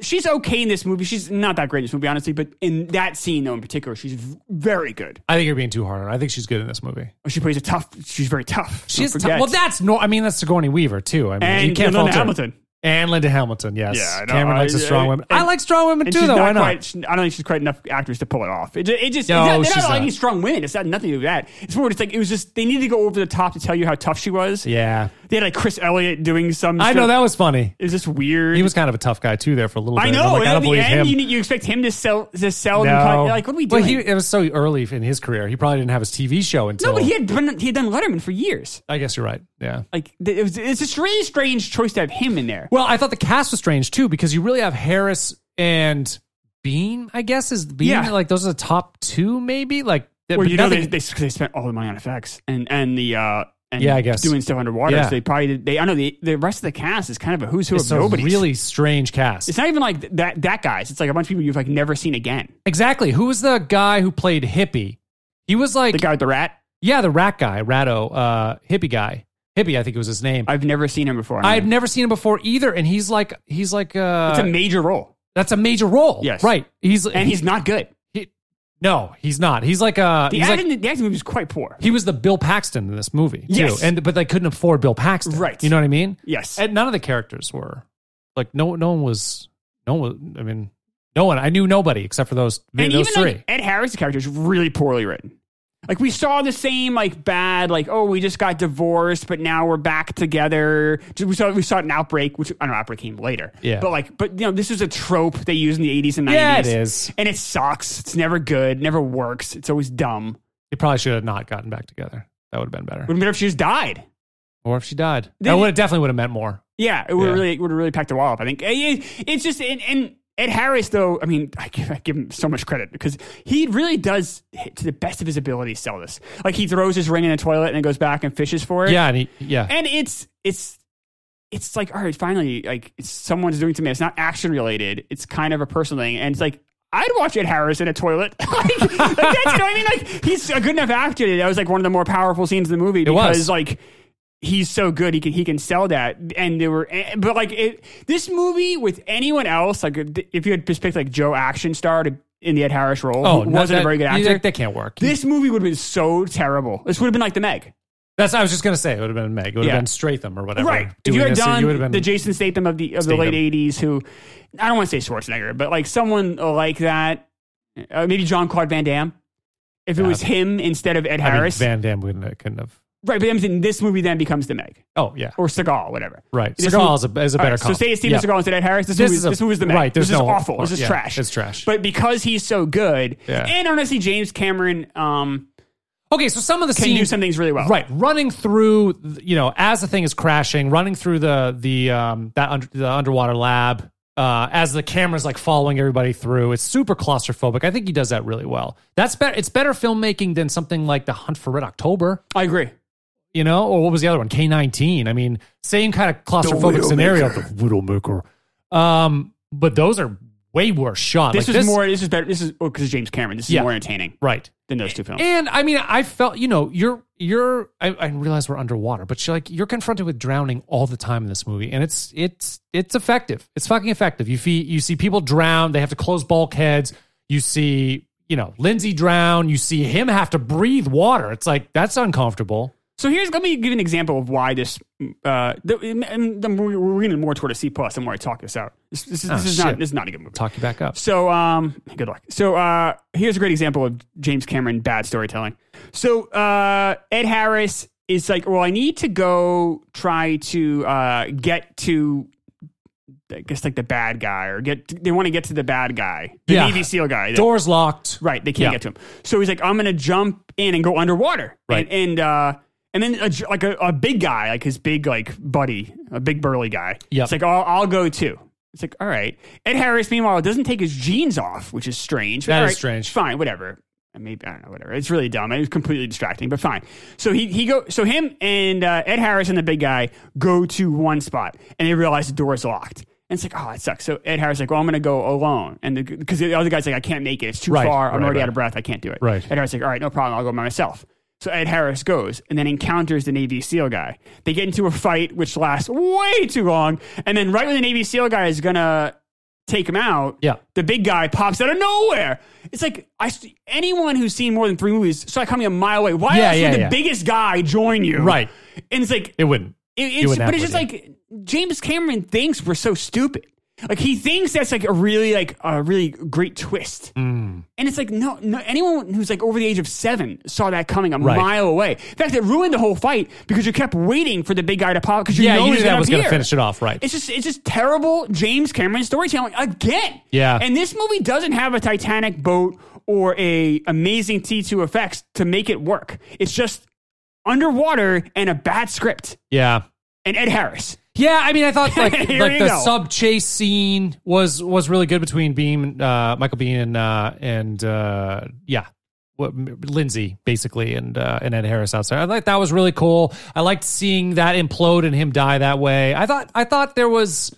S2: she's okay in this movie. She's not that great in this movie, honestly. But in that scene though, in particular, she's v- very good. Oh,
S1: I think you're being too hard on her. I think she's good in this movie.
S2: She plays a tough. She's very tough.
S1: She's
S2: Don't
S1: tough.
S2: forget.
S1: Well, that's no. I mean, that's Sigourney Weaver too. I mean,
S2: and
S1: you can't
S2: Linda
S1: fault her.
S2: Hamilton.
S1: and Linda Hamilton. Yes,
S2: Yeah, I know.
S1: Cameron
S2: I-
S1: likes a strong
S2: I-
S1: woman.
S2: and-
S1: I like strong women
S2: And
S1: too,
S2: she's
S1: though.
S2: not
S1: Why not?
S2: Quite, she- I don't think she's quite enough actors to pull it off. It just, it just
S1: No,
S2: it's not, they're
S1: she's
S2: not
S1: not.
S2: like these strong women. It's not nothing to do with that. It's more just like it was just they needed to go over the top to tell you how tough she was.
S1: yeah,
S2: They had like Chris Elliott doing some.
S1: I know that was funny.
S2: Is this weird?
S1: He was kind of a tough guy too there for a little bit.
S2: I
S1: I'm
S2: know.
S1: like,
S2: and
S1: I
S2: at
S1: don't
S2: the
S1: believe him.
S2: end, you, need- you expect him to sell to sell. them
S1: no.
S2: Kind like, what are we doing?
S1: Well, he, it was so early in his career. He probably didn't have his TV show until.
S2: no, but he had done, he had done Letterman for years.
S1: I guess you're right. Yeah.
S2: Like th- it was, it's a really strange choice to have him in there.
S1: Well, I thought the cast was strange too because you really have Harris and Bean. I guess is Bean
S2: Yeah.
S1: like those are the top two maybe like.
S2: Well,
S1: but
S2: you know, they,
S1: nothing-
S2: they, they spent all the money on effects and and the. uh and
S1: Yeah, I guess.
S2: doing stuff underwater.
S1: Yeah.
S2: So they probably did, they. I know the the rest of the cast is kind of a who's who
S1: it's
S2: of
S1: a
S2: nobody.
S1: really strange cast.
S2: it's not even like th- that that guys. It's like a bunch of people you've like never seen again.
S1: Exactly. Who was the guy who played hippie? He was like,
S2: The guy with the rat.
S1: yeah, the rat guy, Ratto, uh, hippie guy, hippie. I think was his name.
S2: I've never seen him before.
S1: I, have never seen him before either, and he's like, he's like, uh,
S2: it's a major role,
S1: that's a major role.
S2: Yes.
S1: right. He's
S2: and he's not good.
S1: he, no, he's not. He's like, uh,
S2: The
S1: he's like-
S2: acting, the acting movie is quite poor.
S1: he was the Bill Paxton in this movie,
S2: Yes.
S1: too. and but they couldn't afford Bill Paxton,
S2: Right.
S1: You know what I mean?
S2: Yes,
S1: And none of the characters were like no, no one was, no one. I mean, no one. I knew nobody except for those
S2: and
S1: those
S2: even
S1: three.
S2: like Ed Harris' character is really poorly written. Like we saw the same like bad like oh we just got divorced but now we're back together. We saw we saw an outbreak which I don't know outbreak came later.
S1: Yeah.
S2: But like but you know this was a trope they used in the eighties and
S1: Yeah,
S2: nineties.
S1: it is.
S2: And it sucks. It's never good. Never works. It's always dumb.
S1: They probably should have not gotten back together. That would have been better.
S2: Would have been if she just died.
S1: Or if she died,
S2: They-
S1: that would have definitely would have meant more.
S2: Yeah, it would
S1: Yeah.
S2: really would have really packed the wall up. I think Uh, yeah, it's just and, and Ed Harris though. I mean, I give, I give him so much credit because he really does to the best of his ability sell this. Like he throws his ring in the toilet and then goes back and fishes for it.
S1: Yeah, and he, yeah,
S2: and it's it's it's like all right, finally, like it's, someone's doing it to me. It's not action related. It's kind of a personal thing, and it's like. I'd watch Ed Harris in a toilet. [LAUGHS] like, like, that's, you know what I mean? Like, he's a good enough actor. That was like one of the more powerful scenes in the movie because,
S1: was.
S2: like, he's so good he can he can sell that and there were eh, but like it, this movie with anyone else like if you had just picked like Joe action star to, in the Ed Harris role
S1: oh,
S2: who
S1: no,
S2: wasn't
S1: that-
S2: a very good
S1: you-
S2: actor
S1: That, that can't work.
S2: this movie would have been so terrible this would have been like the Meg
S1: That's I was just gonna say. It would have been Meg. It would have
S2: Yeah.
S1: been Stratham or whatever.
S2: right if
S1: doing
S2: you had
S1: this,
S2: done
S1: would have
S2: the
S1: been
S2: Jason Statham of the of the
S1: Statham.
S2: late eighties who I don't want to say Schwarzenegger but like someone like that uh, maybe John Claude Van Damme if it
S1: Yeah.
S2: was him instead of Ed
S1: I mean,
S2: Harris
S1: Van Damme wouldn't have, couldn't have.
S2: right but I'm saying this movie then becomes the Meg
S1: Oh yeah,
S2: or Seagal whatever
S1: right.
S2: This
S1: Seagal
S2: movie-
S1: is a, is a
S2: All
S1: better.
S2: right, so
S1: comp.
S2: say it's
S1: Yeah.
S2: Steven Seagal instead of Ed Harris. This,
S1: This
S2: movie,
S1: is a-
S2: this movie's the Meg.
S1: right,
S2: This
S1: there's
S2: is
S1: no-
S2: awful. This is
S1: yeah,
S2: trash.
S1: it's trash.
S2: But because he's so good,
S1: Yeah.
S2: and honestly, James Cameron um,
S1: okay, so some of the
S2: can do
S1: scenes,
S2: some things really well.
S1: right? Running through, you know, as the thing is crashing, running through the the um that under, the underwater lab. Uh, as the camera's like following everybody through, it's super claustrophobic. I think he does that really well. That's better. It's better filmmaking than something like The Hunt for Red October.
S2: I agree.
S1: you know, or what was the other one? K nineteen. I mean, same kind of claustrophobic scenario. The [LAUGHS] Widowmaker. Um, but those are way worse shot.
S2: This
S1: Like,
S2: is more. This is better. This is because it's James Cameron. This is
S1: Yeah.
S2: more entertaining
S1: right.
S2: than those two films.
S1: And I mean, I felt you know, you're you're. I, I realize we're underwater, but you're like you're confronted with drowning all the time in this movie, and it's it's it's effective. It's fucking effective. You see you see people drown. They have to close bulkheads. You see you know Lindsay drown. You see him have to breathe water. It's like that's uncomfortable.
S2: so here's let me give you an example of why this. Uh, the, and then we're, we're getting more toward a C plus, and where I talk this out. This, this, is this is not.
S1: Oh, shit.
S2: This is not a good movie.
S1: Talk you back up.
S2: So, um, good luck. So, uh, here's a great example of James Cameron bad storytelling. So, uh, Ed Harris is like, well, I need to go try to uh, get to I guess like the bad guy or get they want to get to the bad guy, the
S1: Yeah.
S2: Navy SEAL guy. that-
S1: Doors locked.
S2: Right, they can't
S1: Yeah.
S2: get to him. So he's like, I'm gonna jump in and go underwater.
S1: Right.
S2: and and, uh, and then a, j- like a, a big guy, like his big like buddy, a big burly guy.
S1: Yep.
S2: it's like I'll, I'll go too. It's like all right. Ed Harris, meanwhile, doesn't take his jeans off, which is strange. but
S1: That
S2: all
S1: is
S2: right,
S1: strange.
S2: Fine, whatever. And Maybe I don't know. Whatever. It's really dumb. It was completely distracting, but fine. So he he go. So him and uh, Ed Harris and the big guy go to one spot, and they realize the door is locked. And it's like, oh, that sucks. So Ed Harris is like, well, I'm gonna go alone, and because the, other guy's like, I can't make it. It's too
S1: Right,
S2: far. I'm
S1: right,
S2: already
S1: right.
S2: out of breath. I can't do it.
S1: Right.
S2: Ed Harris is like, all right, no problem. I'll go by myself. So Ed Harris goes and then encounters the Navy SEAL guy. They get into a fight, which lasts way too long. And then right when the Navy SEAL guy is gonna take him out,
S1: Yeah.
S2: the big guy pops out of nowhere. It's like I anyone who's seen more than three movies saw it coming a mile away. Why
S1: Yeah,
S2: else
S1: yeah,
S2: would the
S1: yeah.
S2: biggest guy join you?
S1: Right.
S2: And it's like
S1: It wouldn't.
S2: it-
S1: You
S2: it's,
S1: wouldn't have
S2: but it's just
S1: one,
S2: like James Cameron thinks we're so stupid. Like he thinks that's like a really like a really great twist,
S1: Hmm.
S2: and it's like no, no anyone who's like over the age of seven saw that coming a
S1: Right.
S2: mile away. In fact, it ruined the whole fight because you kept waiting for the big guy to pop because you
S1: Yeah,
S2: know
S1: you
S2: he's
S1: knew that was going
S2: going to
S1: to finish it off, right?
S2: It's just it's just terrible James Cameron storytelling again.
S1: Yeah.
S2: and this movie doesn't have a Titanic boat or a amazing T two effects to make it work. It's just underwater and a bad script
S1: yeah.
S2: and Ed Harris.
S1: Yeah, I mean, I
S2: [LAUGHS]
S1: thought like like
S2: Here you
S1: the
S2: go.
S1: sub chase scene was was really good between Beam, uh, Michael Bean, and uh, and uh, yeah, what, M- Lindsay basically, and uh, and Ed Harris outside. I thought that was really cool. I liked seeing that implode and him die that way. I thought I thought there was,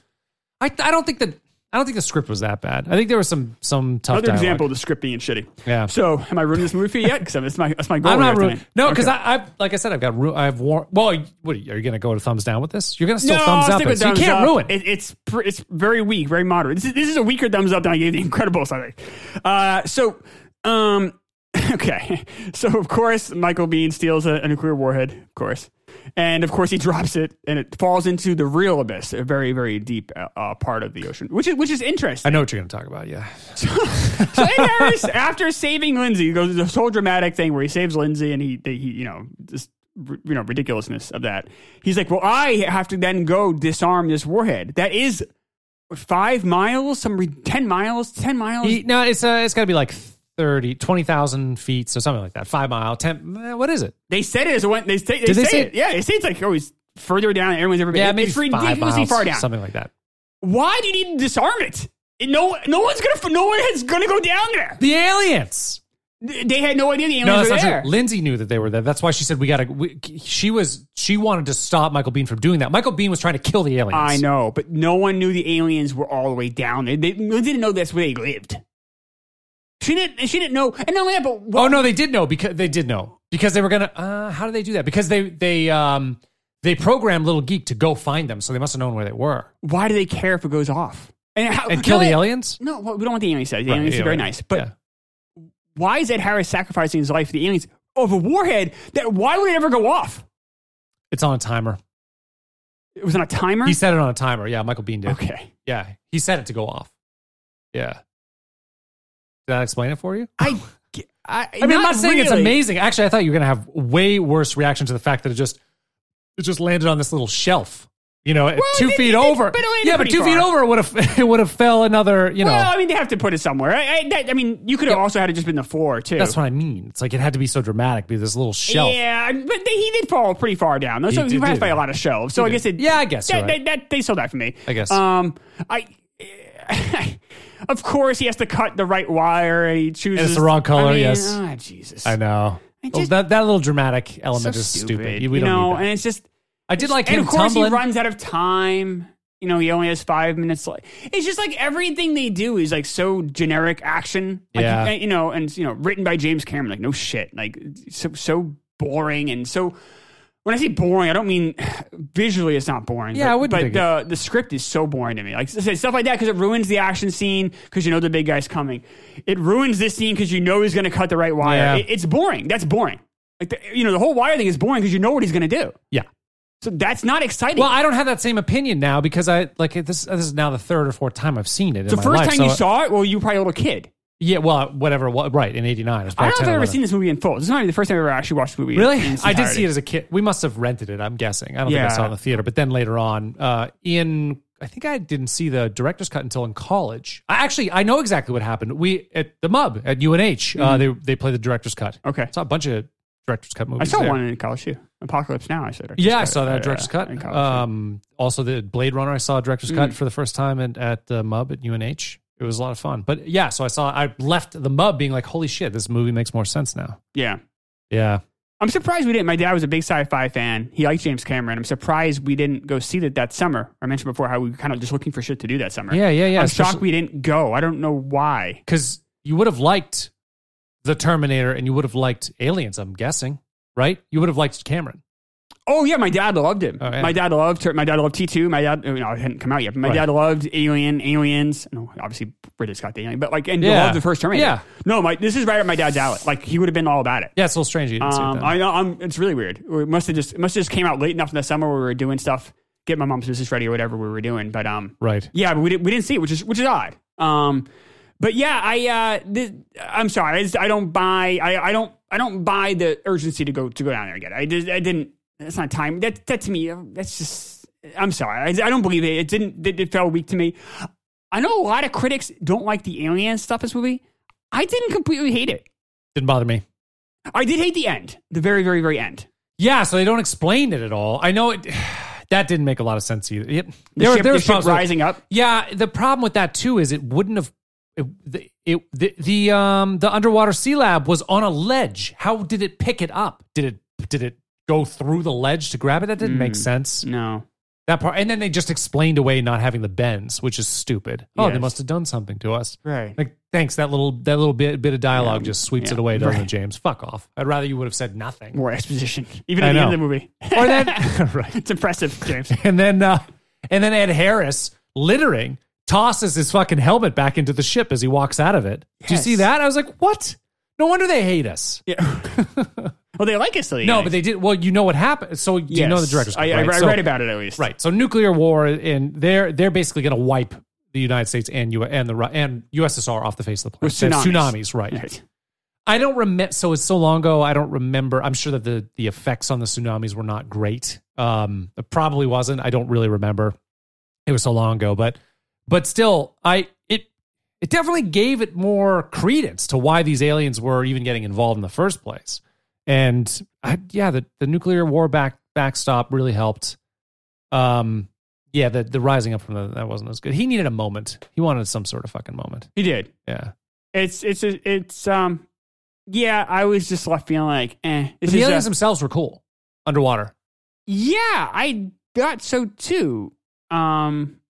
S1: I I don't think that I don't think the script was that bad. I think there was some some tough
S2: Another
S1: dialogue.
S2: example of the script being shitty.
S1: Yeah.
S2: So, am I ruining this movie for you yet? Because that's my that's my goal.
S1: I'm not
S2: here
S1: ruined.
S2: tonight.
S1: No, because
S2: Okay.
S1: I, I, like I said, I've got, ru- I've worn. Well, what are you, are you going to go to thumbs down with this? You're going to still
S2: no,
S1: thumbs
S2: I'll
S1: up.
S2: stick
S1: It,
S2: with
S1: so you
S2: thumbs
S1: can't
S2: up.
S1: ruin
S2: It, it's pr- it's very weak, very moderate. This is, this is a weaker thumbs up than I gave the Incredibles. I think. Uh, so, um, [LAUGHS] okay. So of course, Michael Bean steals a, a nuclear warhead, of course, and of course he drops it, and it falls into the real abyss, a very very deep uh, uh, part of the ocean, which is which is interesting.
S1: I know what you're going to talk about. Yeah.
S2: So Ed Harris, after saving Lindsay, goes through this whole dramatic thing where he saves Lindsay and he, they, he you know, just r- you know, ridiculousness of that. He's like, well, I have to then go disarm this warhead. That is five miles, some re- ten miles, ten miles.
S1: He- no, it's uh, it's got to be like 30, 20,000 feet, so something like that. Five mile, ten. eh, What is it?
S2: they said it as a one. They say, they
S1: Did they
S2: say
S1: say
S2: it.
S1: it?
S2: Yeah, they say it's like always further down. than Everyone's ever been.
S1: Yeah, maybe
S2: it's
S1: five
S2: ridiculously
S1: miles,
S2: far down.
S1: something like that.
S2: Why do you need to disarm it? And No, no one's gonna. No one is gonna go down there.
S1: The aliens.
S2: They had no idea the
S1: No, that's
S2: aliens were
S1: not
S2: there.
S1: true. Lindsay knew that they were there. That's why she said we got to. She was she wanted to stop Michael Bean from doing that. Michael Bean was trying to kill the aliens.
S2: I know, but no one knew the aliens were all the way down. They, they didn't know that's where they lived. She didn't. She didn't know. And not only that, but
S1: Oh no, they did know because they did know because they were gonna. Uh, how did they do that? Because they they um they programmed Little Geek to go find them, so they must have known where they were
S2: why do they care if it goes off and, how,
S1: and kill
S2: no,
S1: the aliens.
S2: No, well, we don't want the aliens. to- The aliens
S1: yeah,
S2: are very
S1: right.
S2: nice, but
S1: Yeah.
S2: why is Ed Harris sacrificing his life for the aliens of a warhead that why would it ever go off?
S1: it's on a timer.
S2: It was on a timer.
S1: He set it on a timer. Yeah, Michael Bean did.
S2: [LAUGHS] okay,
S1: Yeah, he set it to go off. Yeah. Did that explain it for you?
S2: I. I,
S1: I mean, I'm not saying it's
S2: really.
S1: amazing. Actually, I thought you were going to have way worse reaction to the fact that it just it just landed on this little shelf. You know, at two
S2: it-
S1: feet
S2: it-
S1: over.
S2: but it landed
S1: yeah, but
S2: pretty
S1: two
S2: far.
S1: feet over would have [LAUGHS] it would have fell another. You know,
S2: Well, I mean, they have to put it somewhere. I, I, that, I mean, you could have also had it just been the floor too.
S1: that's what I mean. It's like it had to be so dramatic, be this little shelf.
S2: Yeah, but they, he did fall pretty far down. though, So
S1: He
S2: he,
S1: did,
S2: passed
S1: did
S2: by
S1: he?
S2: a lot of shelves. So I guess it.
S1: Yeah, I guess
S2: that,
S1: you're right.
S2: that- that- they sold that for me.
S1: I guess.
S2: Um, I. [LAUGHS] of course, he has to cut the right wire. And he chooses
S1: the wrong color,
S2: I mean,
S1: yes.
S2: ah, Jesus.
S1: I know.
S2: I just-
S1: Well, that that little dramatic element
S2: So
S1: is stupid. We
S2: you
S1: don't
S2: know,
S1: need that.
S2: and it's just.
S1: I did like
S2: and
S1: him
S2: of course,
S1: tumbling.
S2: he runs out of time. You know, he only has five minutes left. It's just like everything they do is like so generic action. Like, eh,
S1: Yeah.
S2: You, you know, and you know, written by James Cameron. Like no shit. Like so so boring and so. When I say boring, I don't mean [SIGHS] visually it's not boring.
S1: Yeah,
S2: but,
S1: I wouldn't
S2: But
S1: think
S2: the the script is so boring to me. Like I said, stuff like that because it ruins the action scene because you know the big guy's coming. It ruins this scene because you know he's going to cut the right wire.
S1: Yeah.
S2: It- it's boring. That's boring. Like the, you know the whole wire thing is boring because you know what he's going to do.
S1: yeah.
S2: So that's not exciting.
S1: Well, I don't have that same opinion now because I like this. This is now the third or fourth time I've seen it. in
S2: the
S1: my
S2: first
S1: life,
S2: time
S1: so uh,
S2: you
S1: I-
S2: saw it, well, you were probably a little kid.
S1: Yeah, well, whatever. What, right in '89.
S2: I don't know if I've ever seen this movie in full. This is not the first time I ever actually watched the movie.
S1: Really,
S2: in its
S1: I did
S2: entirety.
S1: see it as a kid. We must have rented it. I'm guessing. I don't think
S2: Yeah.
S1: I saw it in the theater. But then later on, uh, in I think I didn't see the director's cut until in college. I actually I know exactly what happened. We at the Mub at UNH, uh, they they play the director's cut.
S2: Mm-hmm. Okay.
S1: I saw a bunch of director's cut movies.
S2: I saw
S1: there.
S2: one in uh, college too. Apocalypse Now. I said.
S1: Yeah, I saw that director's
S2: Director's
S1: cut. Um, also, the Blade Runner, I saw a director's
S2: Mm.
S1: cut for the first time at, at the Mub at UNH. It was a lot of fun. But yeah, so I saw, I left the Mub being like, holy shit, this movie makes more sense now.
S2: yeah.
S1: Yeah.
S2: I'm surprised we didn't. My dad was a big sci-fi fan. He liked James Cameron. I'm surprised we didn't go see that that summer. I mentioned before how we were kind of just looking for shit to do that summer.
S1: Yeah, yeah, yeah.
S2: I'm shocked we didn't go. I don't know why.
S1: Because you would have liked The Terminator and you would have liked Aliens, I'm guessing, right? You would have liked Cameron.
S2: Oh yeah, my dad loved him.
S1: Oh, yeah.
S2: My dad loved Tur- my dad loved T two. My dad, you know, it hadn't come out yet. But my
S1: Right.
S2: dad loved Alien, Aliens. No, obviously British got the Alien, but like and he
S1: Yeah.
S2: loved the first Terminator.
S1: Yeah.
S2: No, my this is right up my dad's alley. Like he would have been all about it.
S1: Yeah, it's a little strange. You didn't see it
S2: Um,
S1: then.
S2: I know I'm. It's really weird. It must have just it must have just came out late enough in the summer where we were doing stuff, get my mom's business ready or whatever we were doing. But um,
S1: right.
S2: yeah, but we didn't we didn't see it, which is which is odd. Um, but yeah, I uh, this, I'm sorry, I, just, I don't buy I, I don't I don't buy the urgency to go to go down there again. I did I didn't. That's not time. That that to me uh, that's just. I'm sorry, I, I don't believe it. It didn't. It, it felt weak to me. I know a lot of critics don't like the alien stuff. in This movie, I didn't completely hate it.
S1: Didn't bother me.
S2: I did hate the end, the very very very end.
S1: Yeah, so they don't explain it at all. I know it. [SIGHS] That didn't make a lot of sense either. Yep.
S2: The ship, the
S1: was
S2: ship
S1: problems with-
S2: rising up.
S1: Yeah, the problem with that too is it wouldn't have it, the- it the, the um the underwater sea lab was on a ledge. How did it pick it up? Did it did it go through the ledge to grab it? That didn't make
S2: Mm,
S1: sense.
S2: No.
S1: That part and then they just explained away not having the bends, which is stupid. Oh, they
S2: Yes.
S1: must have done something to us.
S2: Right.
S1: Like thanks that little that little bit bit of dialogue
S2: Yeah,
S1: just sweeps
S2: yeah,
S1: it away, doesn't it,
S2: right.
S1: James? Fuck off. I'd rather you would have said
S2: [LAUGHS]
S1: nothing.
S2: More exposition. Even
S1: I
S2: at the
S1: know.
S2: end of the movie. [LAUGHS]
S1: Or then [LAUGHS] right.
S2: it's impressive,
S1: [LAUGHS]
S2: James.
S1: And then uh, and then Ed Harris littering tosses his fucking helmet back into the ship as he walks out of it. Did you
S2: Yes.
S1: see that? I was like, what? No wonder they hate us.
S2: yeah. [LAUGHS] well, they like us to the
S1: No,
S2: end.
S1: but they did. Well, you know what happened. So do you know the
S2: Yes.
S1: director's cut,
S2: I, I-
S1: right?
S2: I
S1: So-
S2: read about it at least.
S1: Right. So nuclear war, and they're they're basically going to wipe the United States and U and the Ru- and USSR off the face of the planet.
S2: With
S1: They have
S2: tsunamis.
S1: tsunamis, right?
S2: Right.
S1: I don't remember. So it's so long ago. I don't remember. I'm sure that the the effects on the tsunamis were not great. Um, it probably wasn't. I don't really remember. It was so long ago, but but still, I it it definitely gave it more credence to why these aliens were even getting involved in the first place. And I, yeah, the the nuclear war back backstop really helped. Um, yeah, the the rising up from the that wasn't as good. He needed a moment. He wanted some sort of fucking moment.
S2: He did.
S1: Yeah.
S2: It's, it's, it's, um, yeah, I was just left feeling like, eh. This
S1: The
S2: is
S1: aliens
S2: a-
S1: themselves were cool underwater.
S2: yeah, I thought so too. Um,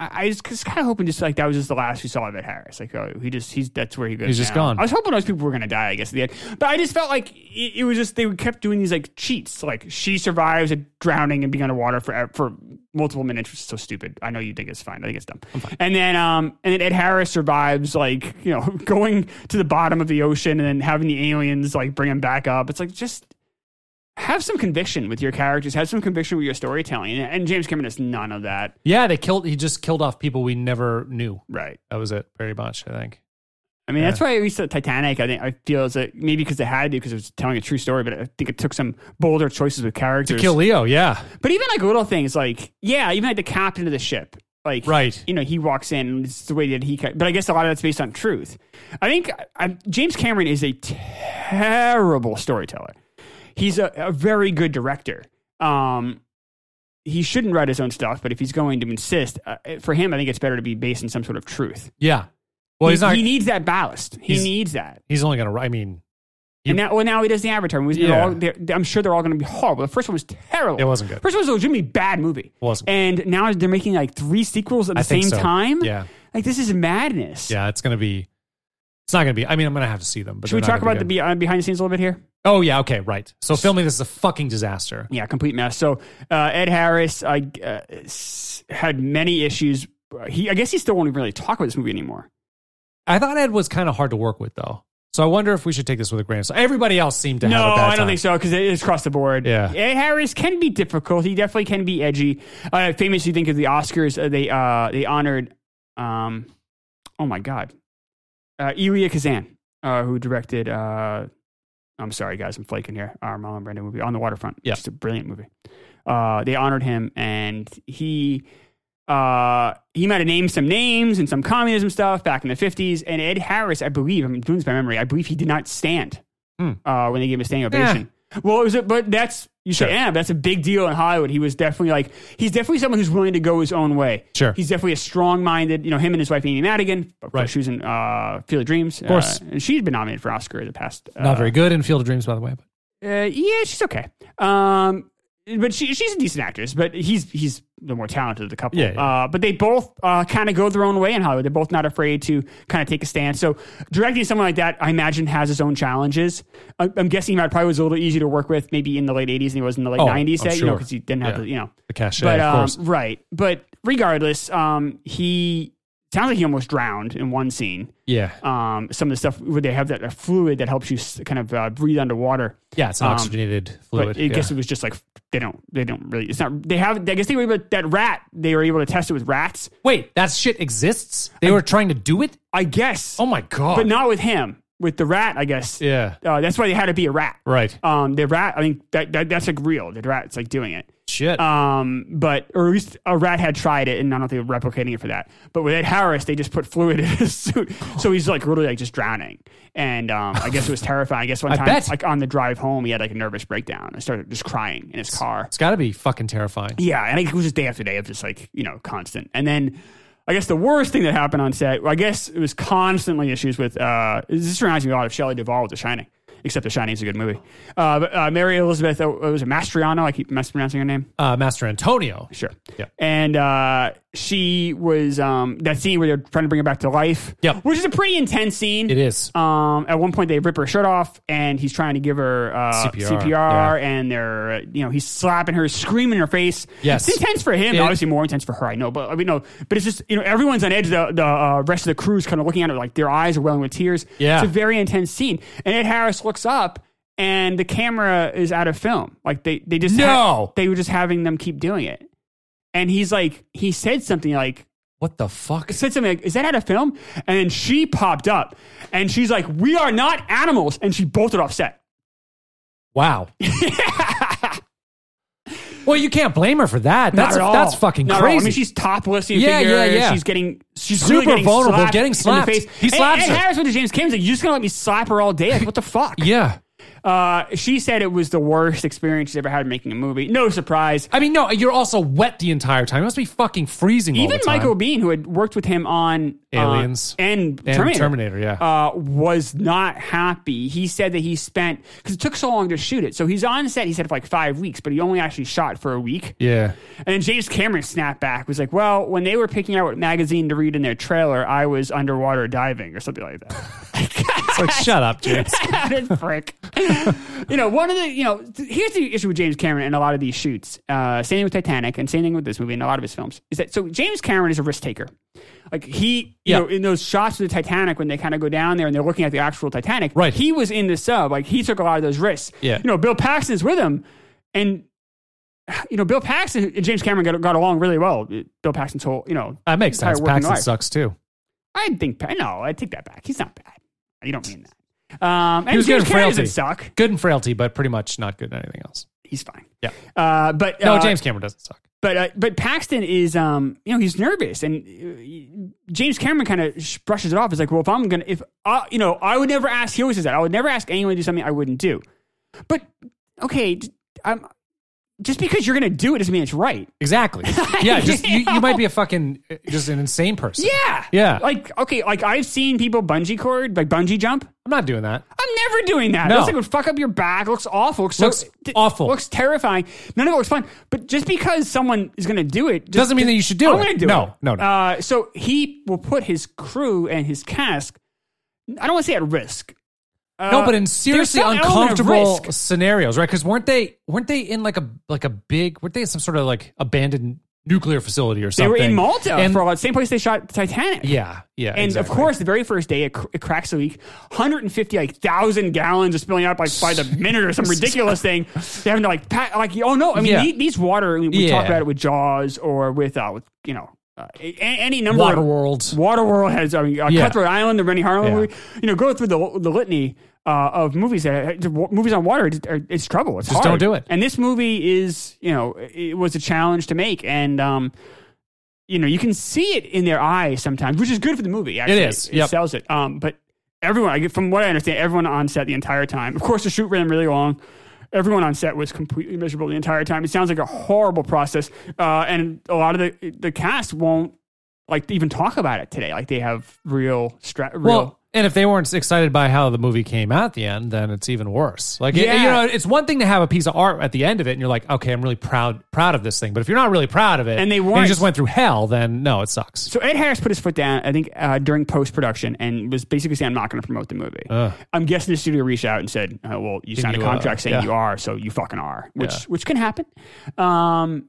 S2: I, I was just kind of hoping just like that was just the last we saw of Ed Harris. Like, oh, he just, he's, that's where he goes.
S1: He's just
S2: now.
S1: gone.
S2: I was hoping those people were going to die, I guess, at the end. But I just felt like it, it was just, they kept doing these like cheats. Like, she survives a drowning and being underwater for, for multiple minutes, which is so stupid. I know you think it's fine. I think it's dumb. And then, um, and then Ed Harris survives, like, you know, [LAUGHS] going to the bottom of the ocean and then having the aliens like bring him back up. It's like, just, have some conviction with your characters, have some conviction with your storytelling. And, and James Cameron has none of that.
S1: Yeah, they killed. He just killed off people we never knew.
S2: Right.
S1: That was it, pretty much. I think.
S2: I mean, that's why at least the Titanic, I think I feel is that maybe because it had to, because it was telling a true story, but I think it took some bolder choices with characters.
S1: Kill Leo. Yeah.
S2: But even like little things, like yeah, even like the captain of the ship, like
S1: Right.
S2: you know, he walks in. and It's the way that he. ca- But I guess a lot of that's based on truth. I think I, James Cameron is a terrible storyteller. He's a, a very good director. Um, he shouldn't write his own stuff, but if he's going to insist, uh, for him, I think it's better to be based on some sort of truth.
S1: Yeah. Well,
S2: he,
S1: he's not.
S2: he needs that ballast. He
S1: he's-
S2: needs that.
S1: he's only gonna. I mean,
S2: And now, well, now he does the Avatar movies. They're
S1: Yeah.
S2: all, they're, I'm sure they're all going to be horrible. The first one was terrible.
S1: It wasn't good.
S2: First one was a legitimately bad movie.
S1: Wasn't.
S2: And now they're making like three sequels at the
S1: I
S2: same
S1: think so.
S2: time.
S1: Yeah.
S2: Like this is madness.
S1: Yeah. It's gonna be. It's not gonna be. I mean, I'm gonna have to see them. But
S2: Should we
S1: they're
S2: talk
S1: not gonna
S2: about the
S1: be
S2: be- uh, behind the scenes a little bit here?
S1: good. Oh yeah. Okay. Right. So filming this is a fucking disaster.
S2: Yeah, complete mess. So uh, Ed Harris, I uh, s- had many issues. He, I guess he still won't even really talk about this movie anymore.
S1: I thought Ed was kind of hard to work with though. So I wonder if we should take this with a grain of salt. Everybody else seemed to
S2: No,
S1: have a bad
S2: I don't
S1: time.
S2: think so because it's across the board.
S1: Yeah.
S2: Ed Harris can be difficult. He definitely can be edgy. Uh, famously, think of the Oscars. Uh, they uh, they honored, um, oh my god, uh, Elia Kazan, uh, who directed. Uh, I'm sorry, guys, I'm flaking here. Our Marlon Brando movie on the waterfront.
S1: Yeah.
S2: just a brilliant movie. Uh, they honored him, and he uh, he might have named some names and some communism stuff back in the 50s. And Ed Harris, I believe, I'm doing this by memory, I believe he did not stand
S1: Hmm.
S2: uh, when they gave him a standing ovation. Well, it was a, but that's, you
S1: Sure.
S2: say, yeah, but that's a big deal in Hollywood. He was definitely like, he's definitely someone who's willing to go his own way.
S1: Sure.
S2: He's definitely a strong minded, you know, him and his wife, Amy Madigan. Of course,
S1: Right.
S2: She was in uh, Field of Dreams. Of
S1: course.
S2: and she's been nominated for Oscar the past. Uh,
S1: Not very good in Field of Dreams, by the way. But
S2: uh, yeah, she's okay. Um, but she, she's a decent actress. But he's he's the more talented of the couple.
S1: Yeah, yeah.
S2: Uh, but they both uh, kind of go their own way in Hollywood. They're both not afraid to kind of take a stand. So directing someone like that, I imagine, has its own challenges. I, I'm guessing Matt probably was a little easier to work with, maybe in the late '80s than he was in the late
S1: Oh,
S2: '90s.
S1: I'm
S2: that, You know,
S1: sure.
S2: because he didn't have
S1: Yeah.
S2: the you know
S1: the cachet,
S2: but
S1: of
S2: um,
S1: course.
S2: right. But regardless, um, he sounds like he almost drowned in one scene.
S1: Yeah.
S2: Um, some of the stuff where they have that uh, fluid that helps you s- kind of uh, breathe underwater.
S1: Yeah, it's an
S2: um,
S1: oxygenated
S2: But
S1: fluid.
S2: I
S1: yeah.
S2: guess it was just like they don't they don't really it's not they have I guess they were able to, that rat they were able to test it with rats
S1: Wait, that shit exists? They were trying to do it?
S2: I guess
S1: Oh my god.
S2: but not with him with the rat I guess
S1: yeah.
S2: uh, that's why they had to be a rat
S1: Right.
S2: um the rat I think that, that that's like real the rat's like doing it
S1: shit.
S2: um but or at least a rat had tried it and I don't think they're replicating it for that but with Ed Harris they just put fluid [LAUGHS] in his suit so he's like literally like just drowning and um I guess it was terrifying I guess one
S1: I
S2: time
S1: bet.
S2: like on the drive home he had like a nervous breakdown and started just crying in his car
S1: it's got to be fucking terrifying.
S2: Yeah, and I think it was just day after day of just like you know constant. And then I guess the worst thing that happened on set, well, I guess it was constantly issues with. Uh, this reminds me a lot of Shelley Duvall with The Shining, except The Shining is a good movie. Uh, but, uh, Mary Elizabeth uh, was it Mastriano? I keep mispronouncing her name.
S1: Uh, Master Antonio.
S2: Sure.
S1: Yeah.
S2: And uh, she was um, that scene where they're trying to bring her back to life.
S1: Yep.
S2: Which is a pretty intense scene.
S1: It is.
S2: Um, at one point, they rip her shirt off, and he's trying to give her uh,
S1: CPR,
S2: CPR,
S1: yeah.
S2: and they're uh, you know he's slapping her, screaming in her face.
S1: Yes.
S2: it's intense for him.
S1: It-
S2: obviously, more intense for her. I know, but I mean, no, but it's just you know everyone's on edge. The the uh, rest of the crew's kind of looking at her like their eyes are welling with tears.
S1: Yeah.
S2: it's a very intense scene. And Ed Harris looks up, and the camera is out of film. Like they they just
S1: No!
S2: they were just having them keep doing it. And he's like, he said something like,
S1: What the fuck?
S2: said something like, "Is that out of film?" And then she popped up, and she's like, "We are not animals," and she bolted off set. [LAUGHS]
S1: Wow. well, you can't blame her for that. That's
S2: Not at all.
S1: that's fucking
S2: Not at all.
S1: crazy.
S2: I mean, she's topless. You
S1: Yeah,
S2: figure,
S1: yeah, yeah.
S2: She's getting she's
S1: Super
S2: really getting
S1: vulnerable,
S2: slapped
S1: getting
S2: in the
S1: slapped.
S2: face.
S1: He slaps
S2: and,
S1: her.
S2: and Harris went to James Kim. He's like, "You're just gonna let me slap her all day? Like, what the fuck?"
S1: yeah.
S2: Uh, she said it was the worst experience she's ever had making a movie. No surprise.
S1: I mean, no, you're also wet the entire time. It must be fucking freezing. all
S2: Even
S1: the time.
S2: Michael Bean, who had worked with him on uh,
S1: Aliens.
S2: and,
S1: And
S2: Terminator,
S1: Terminator, yeah.
S2: uh, was not happy. He said that he spent because it took so long to shoot it. So he's on set. He said for like five weeks, but he only actually shot for a week.
S1: Yeah.
S2: And then James Cameron snapped back was like, "Well, when they were picking out what magazine to read in their trailer, I was underwater diving or something like that."
S1: It's like, shut up,
S2: [LAUGHS]
S1: James.
S2: That frick. [LAUGHS] you know, one of the you know th- here's the issue with James Cameron and a lot of these shoots. Uh, same thing with Titanic and same thing with this movie and a lot of his films is that so James Cameron is a risk taker. Like he, you
S1: Yeah.
S2: know, in those shots of the Titanic when they kind of go down there and they're looking at the actual Titanic,
S1: Right.
S2: He was in the sub, like he took a lot of those risks.
S1: Yeah.
S2: you know, Bill Paxton's with him, and you know, Bill Paxton and James Cameron got, got along really well. Bill Paxton's whole, you know,
S1: That makes
S2: Entire
S1: sense.
S2: working
S1: Paxton
S2: life.
S1: sucks too.
S2: I think no, I take that back. He's not bad. You don't mean that. Um, and
S1: was good
S2: James
S1: at
S2: Cameron
S1: frailty.
S2: doesn't suck.
S1: Good in frailty, but pretty much not good at anything else.
S2: he's fine.
S1: Yeah.
S2: Uh, but
S1: No,
S2: uh,
S1: James Cameron doesn't suck.
S2: But uh, but Paxton is um you know he's nervous and uh, James Cameron kind of sh- brushes it off. He's like, well, if I'm gonna if I, you know I would never ask. He always says that I would never ask anyone to do something I wouldn't do. But okay, j- I'm just because you're gonna do it doesn't mean it's right.
S1: Exactly.
S2: [LAUGHS]
S1: Yeah, just you, you might be a fucking just an insane person.
S2: Yeah.
S1: Yeah.
S2: Like okay, like I've seen people bungee cord like bungee jump.
S1: I'm not doing that.
S2: I'm never doing that.
S1: No.
S2: Looks like it would fuck up your back. Looks awful. Looks, so-
S1: Looks awful.
S2: Looks terrifying. None of it looks fun. But just because someone is going to do it just-
S1: Doesn't mean that you should do
S2: I'm
S1: it.
S2: gonna do
S1: No,
S2: it.
S1: no, no.
S2: Uh, so he will put his crew and his cask. I don't want to say at risk.
S1: No,
S2: Uh,
S1: but in seriously
S2: some element of
S1: uncomfortable
S2: risk.
S1: scenarios, right? Because weren't they weren't they in like a like a big weren't they in some sort of like abandoned nuclear facility or
S2: They
S1: something?
S2: were in Malta
S1: And,
S2: for a while, same place they shot Titanic.
S1: yeah, yeah,
S2: And
S1: exactly.
S2: of course, the very first day it, cr- it cracks a leak. 150 like thousand gallons are spilling out like by
S1: [LAUGHS]
S2: the minute or some ridiculous thing. They're having to like pat, like oh no, I mean
S1: Yeah.
S2: the- these, water. I mean, we
S1: Yeah.
S2: talk about it with Jaws or with uh, with, you know uh, a- any number of
S1: Waterworld.
S2: Waterworld has I mean uh,
S1: Yeah.
S2: Cutthroat Island, the Rennie Harlan
S1: Yeah.
S2: movie. You know, go through the the litany. Uh, of movies that uh, movies on water, it's, it's trouble. It's
S1: Just don't
S2: hard.
S1: do it.
S2: And this movie is, you know, it was a challenge to make, and um, you know, you can see it in their eyes sometimes, which is good for the movie. Actually.
S1: is,
S2: It
S1: yep.
S2: sells it. Um, but everyone, I get from what I understand, everyone on set the entire time. Of course, the shoot ran really long. Everyone on set was completely miserable the entire time. It sounds like a horrible process, uh, and a lot of the the cast won't like even talk about it today. Like they have real stra- real.
S1: Well, and if they weren't excited by how the movie came out at the end, then it's even worse. Like, it-
S2: Yeah.
S1: you know, it's one thing to have a piece of art at the end of it, and you're like, okay, I'm really proud proud of this thing. But if you're not really proud of it,
S2: And they
S1: you
S2: weren't.
S1: just went through hell, then no, it sucks.
S2: so Ed Harris put his foot down, I think, uh, during post production, and was basically saying, "I'm not going to promote the movie."
S1: Ugh.
S2: I'm guessing the studio reached out and said, uh, "Well, you signed
S1: you
S2: a
S1: are,
S2: contract saying
S1: yeah.
S2: you are, so you fucking are," which
S1: Yeah.
S2: which can happen. Um,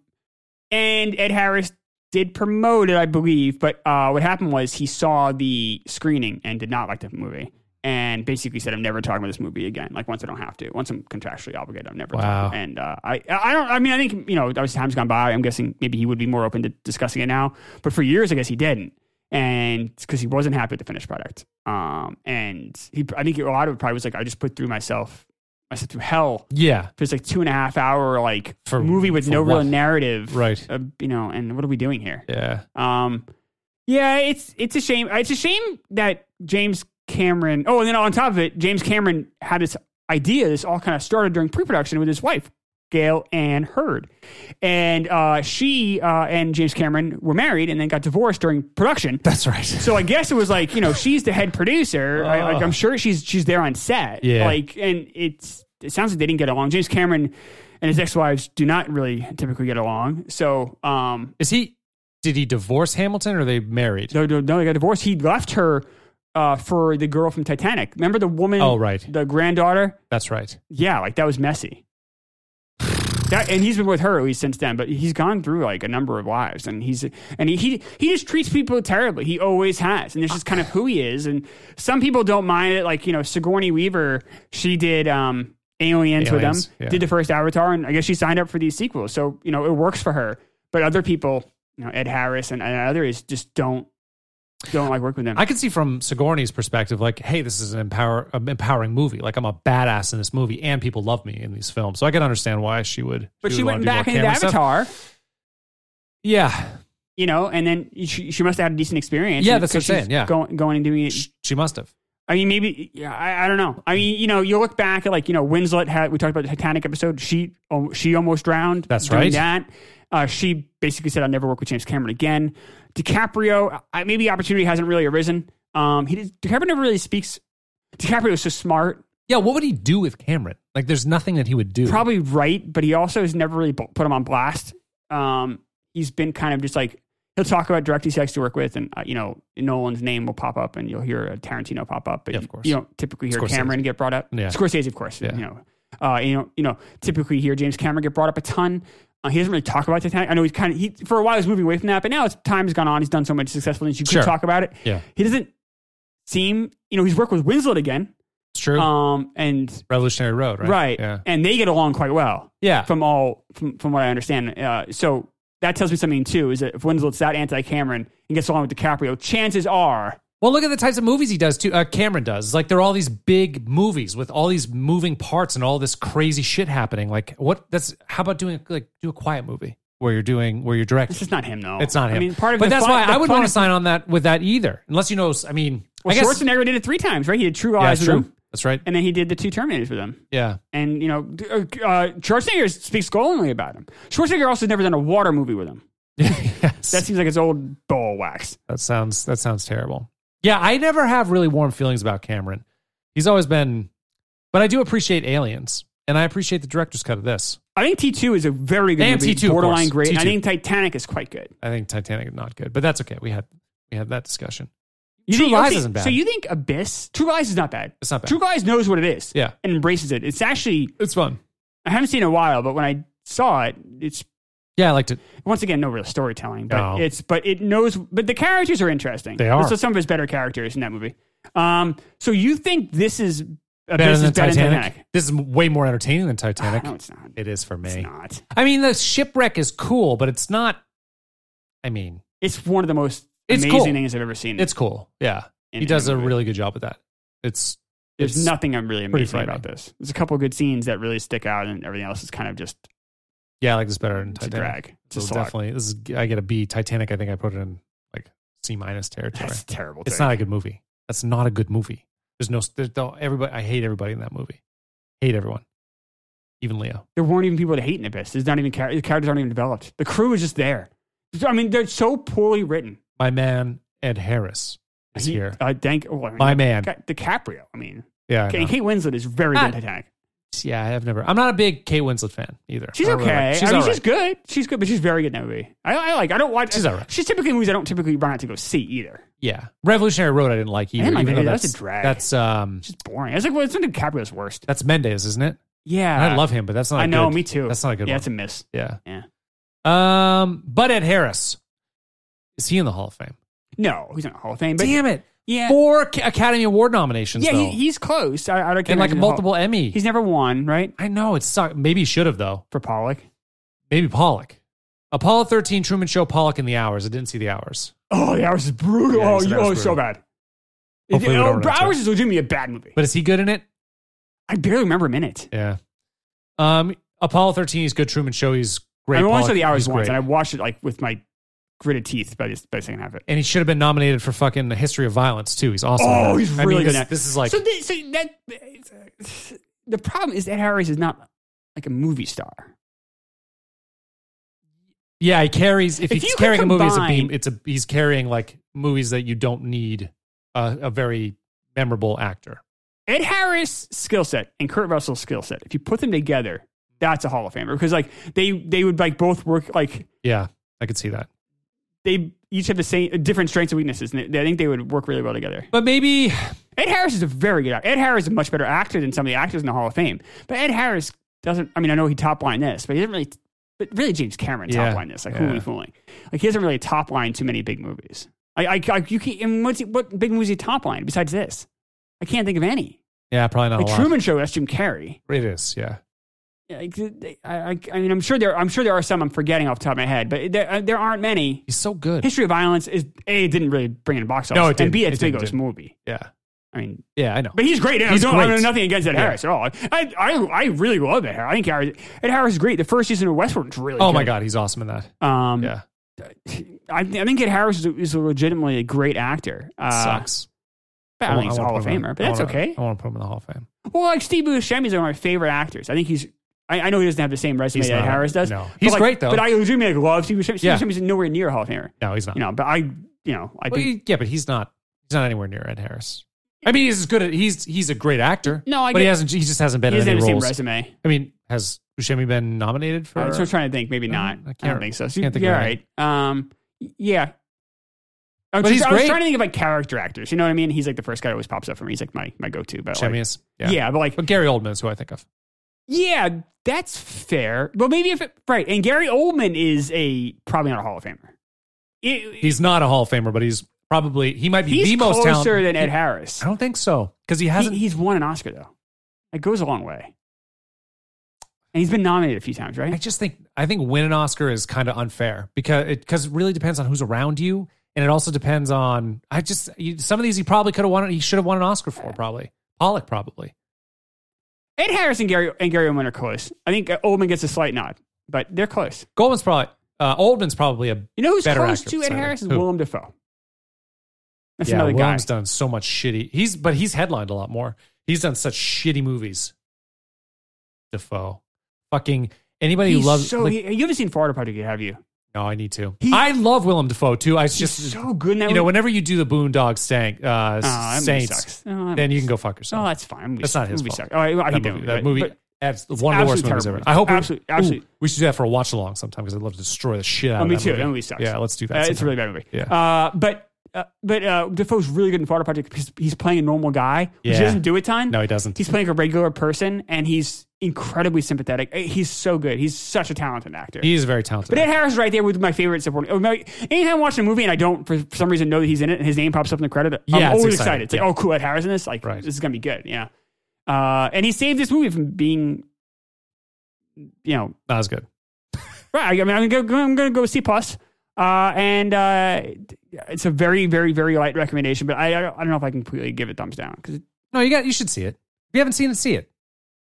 S2: and Ed Harris did promote it, I believe, but uh, what happened was he saw the screening and did not like the movie, and basically said, "I'm never talking about this movie again. Like once I don't have to, once I'm contractually obligated, I'm never."
S1: Wow.
S2: Talking. And uh, I I don't. I mean, I think you know, as time's gone by, I'm guessing maybe he would be more open to discussing it now, but for years, I guess he didn't and because he wasn't happy with the finished product. Um, and he, I think a lot of it probably was like, I just put through myself, I said through hell
S1: Yeah,
S2: for this like two and a half hour like
S1: For-
S2: movie with
S1: for
S2: no real
S1: what?
S2: narrative,
S1: Right.
S2: Uh, you know, and what are we doing here?
S1: yeah.
S2: Um, yeah, it's it's a shame. It's a shame that James Cameron. Oh, and then on top of it, James Cameron had this idea. This all kind of started during pre-production with his wife, Gail Ann Hurd, and uh, she uh, and James Cameron were married and then got divorced during production.
S1: That's right.
S2: So I guess it was like you know she's the head producer. I, like I'm sure she's she's there on set.
S1: Ah. Yeah.
S2: Like and it's it sounds like they didn't get along. James Cameron and his ex-wives do not really typically get along. So um
S1: Is he? Did he divorce Hamilton, or are they married?
S2: no, no, no, they got divorced. He left her uh, for the girl from Titanic. Remember the woman?
S1: Oh, right.
S2: The granddaughter?
S1: That's right.
S2: Yeah, like that was messy. That, and he's been with her at least since then, but he's gone through like a number of lives, and he's and he he, he just treats people terribly. He always has, and it's just kind of who he is. And some people don't mind it, like you know Sigourney Weaver. She did um, Aliens, with them,
S1: Aliens, yeah.
S2: did the first Avatar, and I guess she signed up for these sequels, so you know it works for her. But other people, you know Ed Harris and, and others, just don't don't like work with them.
S1: I can see from Sigourney's perspective, like, hey, this is an empower um, empowering movie. Like, I'm a badass in this movie, and people love me in these films. So I can understand why she would.
S2: but she
S1: would wanna
S2: went
S1: do more
S2: back into
S1: camera stuff.
S2: Avatar.
S1: Yeah,
S2: you know, and then she, she must have had a decent experience.
S1: Yeah, that's what I'm
S2: Because
S1: saying,
S2: she's
S1: yeah.
S2: going going and doing it.
S1: Sh- she must have.
S2: I mean, maybe yeah, I, I don't know. I mean, you know, you look back at like you know, Winslet had we talked about the Titanic episode. She al- she almost drowned.
S1: That's
S2: doing
S1: right.
S2: That uh, she basically said, "I'll never work with James Cameron again." DiCaprio, I, maybe opportunity hasn't really arisen. Um, he did, DiCaprio never really speaks. DiCaprio is so smart,
S1: Yeah, what would he do with Cameron? Like, there's nothing that he would do.
S2: probably right, but he also has never really bu- put him on blast. Um, he's been kind of just like he'll talk about directors he likes to work with, and uh, you know Nolan's name will pop up, and you'll hear a Tarantino pop up, but
S1: Yeah, of course.
S2: you don't typically hear
S1: Scorsese.
S2: Cameron get brought up.
S1: Yeah.
S2: Scorsese, of course,
S1: Yeah.
S2: you know, uh, you know, you know, typically hear James Cameron get brought up a ton. Uh, he doesn't really talk about Titanic. I know he's kind of he for a while he was moving away from that, but now it's time has gone on. He's done so much successful things you could
S1: Sure.
S2: talk about it.
S1: Yeah.
S2: He doesn't seem, you know, he's worked with Winslet again,
S1: It's true.
S2: um, and
S1: Revolutionary Road, right?
S2: right,
S1: Yeah.
S2: and they get along quite well
S1: Yeah.
S2: from all from, from what I understand. Uh, so that tells me something too. Is that if Winslet's that anti-Cameron and gets along with DiCaprio, chances are
S1: Well, look at the types of movies he does too. Uh, Cameron does. It's like they're all these big movies with all these moving parts and all this crazy shit happening. Like, what? That's how about doing like do a quiet movie where you're doing where you're directing.
S2: it's just not him though.
S1: [LAUGHS] It's not him.
S2: I mean, part of
S1: but
S2: the
S1: that's
S2: fun-
S1: why
S2: the
S1: I wouldn't
S2: fun
S1: want to
S2: is-
S1: sign on that with that either, unless you know. I mean,
S2: Well,
S1: I guess
S2: Schwarzenegger did it three times, right? He did True
S1: yeah,
S2: Lies
S1: it's
S2: with
S1: true.
S2: him,
S1: That's right.
S2: and then he did the two Terminators with him.
S1: Yeah, [LAUGHS]
S2: And you know, d- uh, uh, Schwarzenegger speaks glowingly about him. Schwarzenegger also has never done a water movie with him.
S1: yes.
S2: That seems like it's old ball wax.
S1: that sounds that sounds terrible. Yeah, I never have really warm feelings about Cameron. He's always been, but I do appreciate Aliens, and I appreciate the director's cut of this.
S2: I think T two is a very good
S1: And
S2: movie,
S1: T2, of
S2: borderline
S1: course.
S2: great. And I
S1: T2.
S2: think Titanic is quite good.
S1: I think Titanic is not good, but that's okay. We had we had that discussion.
S2: You
S1: True
S2: think-
S1: Lies
S2: okay,
S1: isn't bad.
S2: So you think Abyss? True Lies is not bad.
S1: It's not bad.
S2: True Lies knows what it is.
S1: Yeah,
S2: and embraces it. It's actually
S1: it's fun.
S2: I haven't seen it in a while, but when I saw it, it's
S1: Yeah, I liked it.
S2: once again no real storytelling, but
S1: No.
S2: it's but it knows but the characters are interesting.
S1: They are.
S2: So some of his better characters in that movie. Um so you think this is
S1: Better
S2: Abyss
S1: than
S2: is better
S1: Titanic.
S2: than Titanic?
S1: This is way more entertaining
S2: [SIGHS]
S1: than Titanic.
S2: No, it's not.
S1: It is for me.
S2: It's not.
S1: I mean, the shipwreck is cool, but it's not. I mean,
S2: It's one of the most
S1: It's
S2: amazing
S1: cool.
S2: things I've ever seen.
S1: it's cool. Yeah,
S2: in
S1: he does
S2: any
S1: a
S2: movie.
S1: really good job with that. It's
S2: There's
S1: it's,
S2: nothing I'm really
S1: pretty
S2: amazing about
S1: frightening.
S2: this. There's a couple of good scenes that really stick out, and everything else is kind of just
S1: Yeah, I like this better than
S2: It's a
S1: Titanic.
S2: drag. It's
S1: So
S2: a slog.
S1: definitely, this is I get a B. Titanic, I think I put it in like C minus territory.
S2: That's a terrible.
S1: It's
S2: take.
S1: not a good movie. That's not a good movie. There's no there's no everybody. I hate everybody in that movie. Hate everyone, even Leo.
S2: There weren't even people to hate in Abyss. There's not even char- the characters aren't even developed. The crew is just there. I mean, they're so poorly written.
S1: My man Ed Harris is
S2: He-
S1: here.
S2: Uh, Dank, well, I mean,
S1: My man.
S2: Ca- DiCaprio. I mean,
S1: Yeah, I
S2: Kate,
S1: know.
S2: Kate Winslet is very good
S1: Ah.
S2: in Titanic.
S1: yeah. I've never. I'm not a big Kate Winslet fan either.
S2: She's
S1: I don't
S2: okay.
S1: really like-
S2: I
S1: she's
S2: mean,
S1: all right.
S2: she's good. She's good, but she's very good in that movie. I, I like. I don't watch.
S1: She's all right.
S2: She's typically movies I don't typically run out to go see either.
S1: yeah. Revolutionary Road. I didn't like either.
S2: didn't like
S1: even though
S2: that either.
S1: that's
S2: That's a drag.
S1: That's um.
S2: It's just boring. It's like well, it's not DiCaprio's worst.
S1: That's Mendez, isn't it? And
S2: Yeah,
S1: I love him, but that's not.
S2: Uh, I
S1: a
S2: know.
S1: good-
S2: Me too.
S1: That's not a good
S2: yeah,
S1: one.
S2: it's a miss.
S1: Yeah.
S2: Yeah.
S1: Um, but Ed Harris is he in the Hall of Fame?
S2: No, he's not in the Hall of Fame. But
S1: Damn it!
S2: yeah,
S1: Four Ac- Academy Award nominations,
S2: yeah,
S1: though,
S2: he, he's close. I, I can't
S1: and like
S2: imagine
S1: multiple
S2: Hall-
S1: Emmy.
S2: He's never won, right?
S1: I know it sucked. Maybe he should have though.
S2: For Pollock.
S1: Maybe Pollock. Apollo thirteen, Truman Show, Pollock in the Hours. I didn't see the Hours.
S2: Oh, the hours is brutal.
S1: Yeah,
S2: oh,
S1: he said
S2: you,
S1: that
S2: oh,
S1: was
S2: so
S1: brutal.
S2: bad. It,
S1: Hopefully we don't
S2: oh,
S1: run into
S2: hours
S1: it.
S2: is legitimately a bad movie.
S1: But is he good in it?
S2: I barely remember a minute.
S1: Yeah. Um, Apollo thirteen, he's good. Truman Show, he's great.
S2: I only
S1: Pollock,
S2: saw the hours
S1: he's
S2: once,
S1: great.
S2: and I watched it like with my gritted teeth by the, by the second half of it.
S1: And he should have been nominated for fucking the History of Violence too. He's awesome. in
S2: Oh,
S1: that.
S2: he's
S1: I mean,
S2: really good
S1: this-
S2: in that.
S1: This is like
S2: so, th- so that the problem is that Harris is not like a movie star.
S1: Yeah, he carries. If,
S2: If
S1: he's
S2: you could
S1: carrying a movie, as a
S2: combine-
S1: beam. It's a he's carrying like movies that you don't need a, a very memorable actor.
S2: Ed Harris skill set and Kurt Russell's skill set. If you put them together, that's a Hall of Famer because like they they would like both work like
S1: Yeah, I could see that.
S2: they each have the same different strengths and weaknesses, and they- I think they would work really well together.
S1: But maybe
S2: Ed Harris is a very good actor. Ed Harris is a much better actor than some of the actors in the Hall of Fame. But Ed Harris doesn't. I mean, I know he top line this, but he doesn't really. But really, James Cameron top
S1: Yeah.
S2: line this. Like, who are
S1: Yeah.
S2: we fooling? Like, he doesn't really top line too many big movies. I, I, I you can't. And what's he, what big movies he top line besides this? I can't think of any.
S1: yeah, probably not
S2: Like
S1: a lot.
S2: Truman Show, that's Jim Carrey.
S1: It is yeah.
S2: Like, they- I, I, I mean, I'm sure there. I'm sure there are some I'm forgetting off the top of my head, but there, uh, there aren't many.
S1: He's so good.
S2: History of Violence is a it didn't really bring in a box office.
S1: No, it
S2: And B,
S1: didn't. It
S2: it's the
S1: didn't,
S2: biggest
S1: didn't.
S2: movie.
S1: Yeah,
S2: I mean,
S1: yeah, I know.
S2: but he's great. I
S1: He's
S2: don't, I
S1: great.
S2: have nothing against Ed
S1: Yeah.
S2: Harris at all. I, I I really love Ed Harris. I think Harris, Ed Harris is great. The first season of Westworld is really
S1: Oh
S2: good.
S1: my god, he's awesome in that.
S2: Um,
S1: Yeah,
S2: I, th- I think Ed Harris is, is legitimately a great actor. Uh,
S1: sucks.
S2: but I don't think
S1: wa-
S2: he's a
S1: wanna
S2: Hall of
S1: put him in-
S2: Famer, but
S1: I
S2: that's
S1: wanna-
S2: okay.
S1: I want to put him in the Hall of Fame.
S2: Well, like Steve Buscemi is one of my favorite actors. I think he's. I, I know he doesn't have the same resume
S1: He's
S2: that Ed
S1: not.
S2: Harris does.
S1: No.
S2: but
S1: He's
S2: like-
S1: great, though.
S2: But I legitimately like, love Steve Buscemi. Steve
S1: Yeah.
S2: Buscemi's nowhere near a Hall of Famer.
S1: No, he's not.
S2: You know, but I, you know, I
S1: Well,
S2: think.
S1: he- yeah, but he's not. He's not anywhere near Ed Harris. I mean, he's as good. At, he's he's a great actor.
S2: No, I
S1: but he
S2: get-
S1: hasn't. He just hasn't been
S2: He
S1: in
S2: doesn't
S1: any
S2: have the same
S1: roles.
S2: resume.
S1: I mean, has Buscemi been nominated for?
S2: I'm still Uh, trying to think. Maybe
S1: No,
S2: not.
S1: I
S2: I,
S1: can't-
S2: don't think so. so
S1: can't think of
S2: yeah, all right. Um, y- yeah. Oh, I
S1: But
S2: was, just-
S1: he's
S2: I was
S1: great.
S2: trying to think of like character actors. You know what I mean? He's like the first guy that always pops up for me. He's like my, my go to. But like,
S1: Buscemi is.
S2: yeah. but like,
S1: But Gary Oldman is who I think of.
S2: yeah, that's fair. But maybe if it, right. And Gary Oldman is a probably not a Hall of Famer. It-
S1: He's not a Hall of Famer, but he's probably he might be
S2: he's
S1: the most
S2: closer
S1: talented.
S2: than Ed Harris.
S1: I don't think so because he
S2: He,
S1: hasn't.
S2: he's won an Oscar though. It goes a long way. And he's been nominated a few times, right?
S1: I just think I think win an Oscar is kind of unfair because it because it really depends on who's around you, and it also depends on I just you, some of these he probably could have won. He should have won an Oscar for probably Pollock probably.
S2: Ed Harris and Gary and Gary Oldman are close. I think uh, Oldman gets a slight nod, but they're close.
S1: Goldman's probably uh, Oldman's probably a
S2: You know who's
S1: Better
S2: close
S1: actor
S2: to Ed
S1: than
S2: Harris is
S1: Who?
S2: Willem Dafoe. That's
S1: yeah.
S2: another
S1: Williams
S2: guy.
S1: done so much shitty. He's but he's headlined a lot more. He's done such shitty movies. Defoe, fucking anybody
S2: He's
S1: who loves
S2: so
S1: like-
S2: he- you haven't seen Florida Project yet, have you?
S1: No, I need to.
S2: He-
S1: I love Willem Dafoe too. I
S2: He's
S1: just
S2: so good now.
S1: you know whenever you do the Boondog Stank uh,
S2: oh, that movie
S1: Saints,
S2: sucks. Oh, that
S1: then you
S2: movie
S1: can go
S2: sucks.
S1: fuck
S2: Oh,
S1: yourself.
S2: that's fine. Movie,
S1: That's not his
S2: movie
S1: fault.
S2: sucks. Oh, I, I
S1: that
S2: hate
S1: movie,
S2: that
S1: that
S2: movie.
S1: movie
S2: but-
S1: abs- one of the worst movies
S2: absolutely
S1: ever.
S2: terrible.
S1: I hope we,
S2: Absolute- absolute-
S1: Ooh, we should do that for a watch along sometime because I'd love to destroy the shit out
S2: Oh,
S1: of
S2: me
S1: that
S2: too.
S1: movie.
S2: That movie sucks.
S1: Yeah, let's do
S2: but,
S1: that.
S2: uh, it's a
S1: sometime.
S2: really bad movie.
S1: Yeah.
S2: Uh, but uh, but uh, Defoe's really good in Florida Project because he's playing a normal guy, which
S1: Yeah.
S2: he doesn't do a ton.
S1: no, he doesn't.
S2: He's playing a regular person, and he's incredibly sympathetic. Uh, He's so good. He's such a talented actor.
S1: he is very talented.
S2: But Ed Harris is right there with my favorite supporting. oh, my- Anytime I watch a movie and I don't, for for some reason, know that he's in it and his name pops up in the credit, I'm
S1: Yeah, it's
S2: always
S1: exciting.
S2: excited. It's like,
S1: Yeah.
S2: oh, cool, Ed Harris in this? Like,
S1: Right.
S2: this is going to be good. Yeah. Uh, and he saved this movie from being, you know,
S1: Not as good.
S2: right. I mean, I'm going to I'm gonna go C. Plus. Uh, and uh, it's a very, very, very light recommendation, but I, I don't- I don't know if I can completely give it thumbs down because
S1: No, you got. You should see
S2: Mm.
S1: it. If you haven't seen it, see it.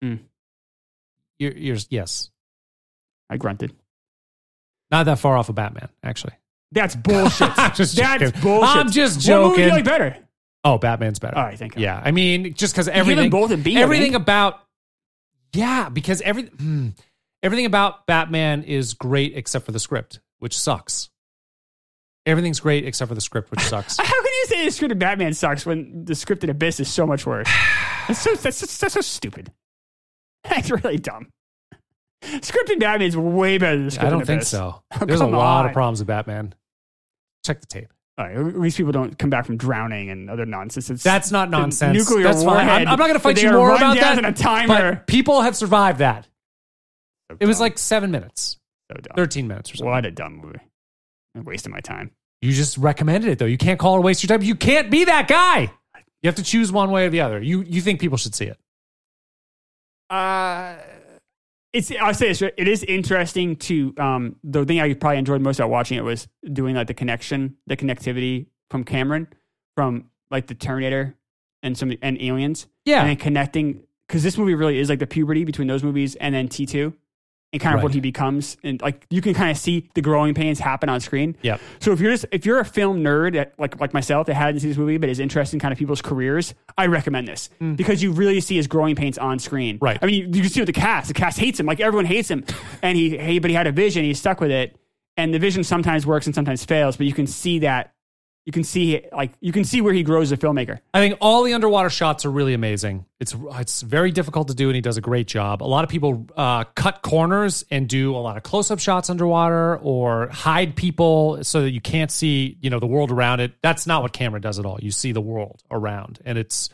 S2: Hmm.
S1: You're, you're yes.
S2: I grunted.
S1: Not that far off of Batman,
S2: [LAUGHS]
S1: actually.
S2: That's bullshit.
S1: I'm [LAUGHS] just
S2: That's
S1: joking.
S2: bullshit.
S1: I'm just
S2: What movie do
S1: joking.
S2: you like better?
S1: Oh, Batman's better.
S2: All right, thank you.
S1: Yeah, I mean, just because everything,
S2: both a B, I
S1: everything
S2: think.
S1: about, yeah, because every, hmm, everything about Batman is great except for the script, which sucks. Everything's great except for the script, which
S2: [LAUGHS]
S1: sucks.
S2: How can you say the scripted Batman sucks when the scripted Abyss is so much worse? [SIGHS] That's so that's, that's, that's so stupid. [LAUGHS] That's really dumb. Scripted Batman is way better than scripted
S1: I don't
S2: Abyss.
S1: think
S2: [LAUGHS]
S1: so.
S2: Oh,
S1: There's a
S2: come
S1: lot
S2: on.
S1: of problems with Batman. Check the tape.
S2: All right, at least people don't come back from drowning and other nonsense. It's
S1: That's not
S2: the
S1: nonsense.
S2: Nuclear
S1: That's fine.
S2: warhead.
S1: I'm, I'm not going to fight
S2: They
S1: you
S2: are
S1: more
S2: run
S1: about
S2: down
S1: that.
S2: in a timer.
S1: But people have survived that.
S2: So
S1: It was
S2: dumb,
S1: like seven minutes,
S2: so dumb.
S1: 13 minutes or something.
S2: What a dumb movie. I'm wasting my time.
S1: You just recommended it though. You can't call it a waste of your time. You can't be that guy. You have to choose one way or the other. You you think people should see it.
S2: Uh, it's I'll say this: it is interesting to um, the thing I probably enjoyed most about watching it was doing like the connection, the connectivity from Cameron, from like the Terminator and some and Aliens,
S1: Yeah.
S2: and then connecting because this movie really is like the puberty between those movies and then T two. And kind of what
S1: Right.
S2: he becomes, and like you can kind of see the growing pains happen on screen.
S1: Yep.
S2: So if you're just if you're a film nerd that- like like myself that hadn't seen this movie but is interested in kind of people's careers, I recommend this because you really see his growing pains on screen.
S1: Mm. Right.
S2: I mean, you, you can see with the cast. The cast hates him. Like everyone
S1: [LAUGHS]
S2: hates him, and he hey, but he had a vision. He's stuck with it, and the vision sometimes works and sometimes fails. But you can see that. You can see like you can see where he grows as a filmmaker.
S1: I think all the underwater shots are really amazing. It's it's very difficult to do, and he does a great job. A lot of people uh, cut corners and do a lot of close up shots underwater, or hide people so that you can't see you know the world around it. That's not what Cameron does at all. You see the world around, and it's.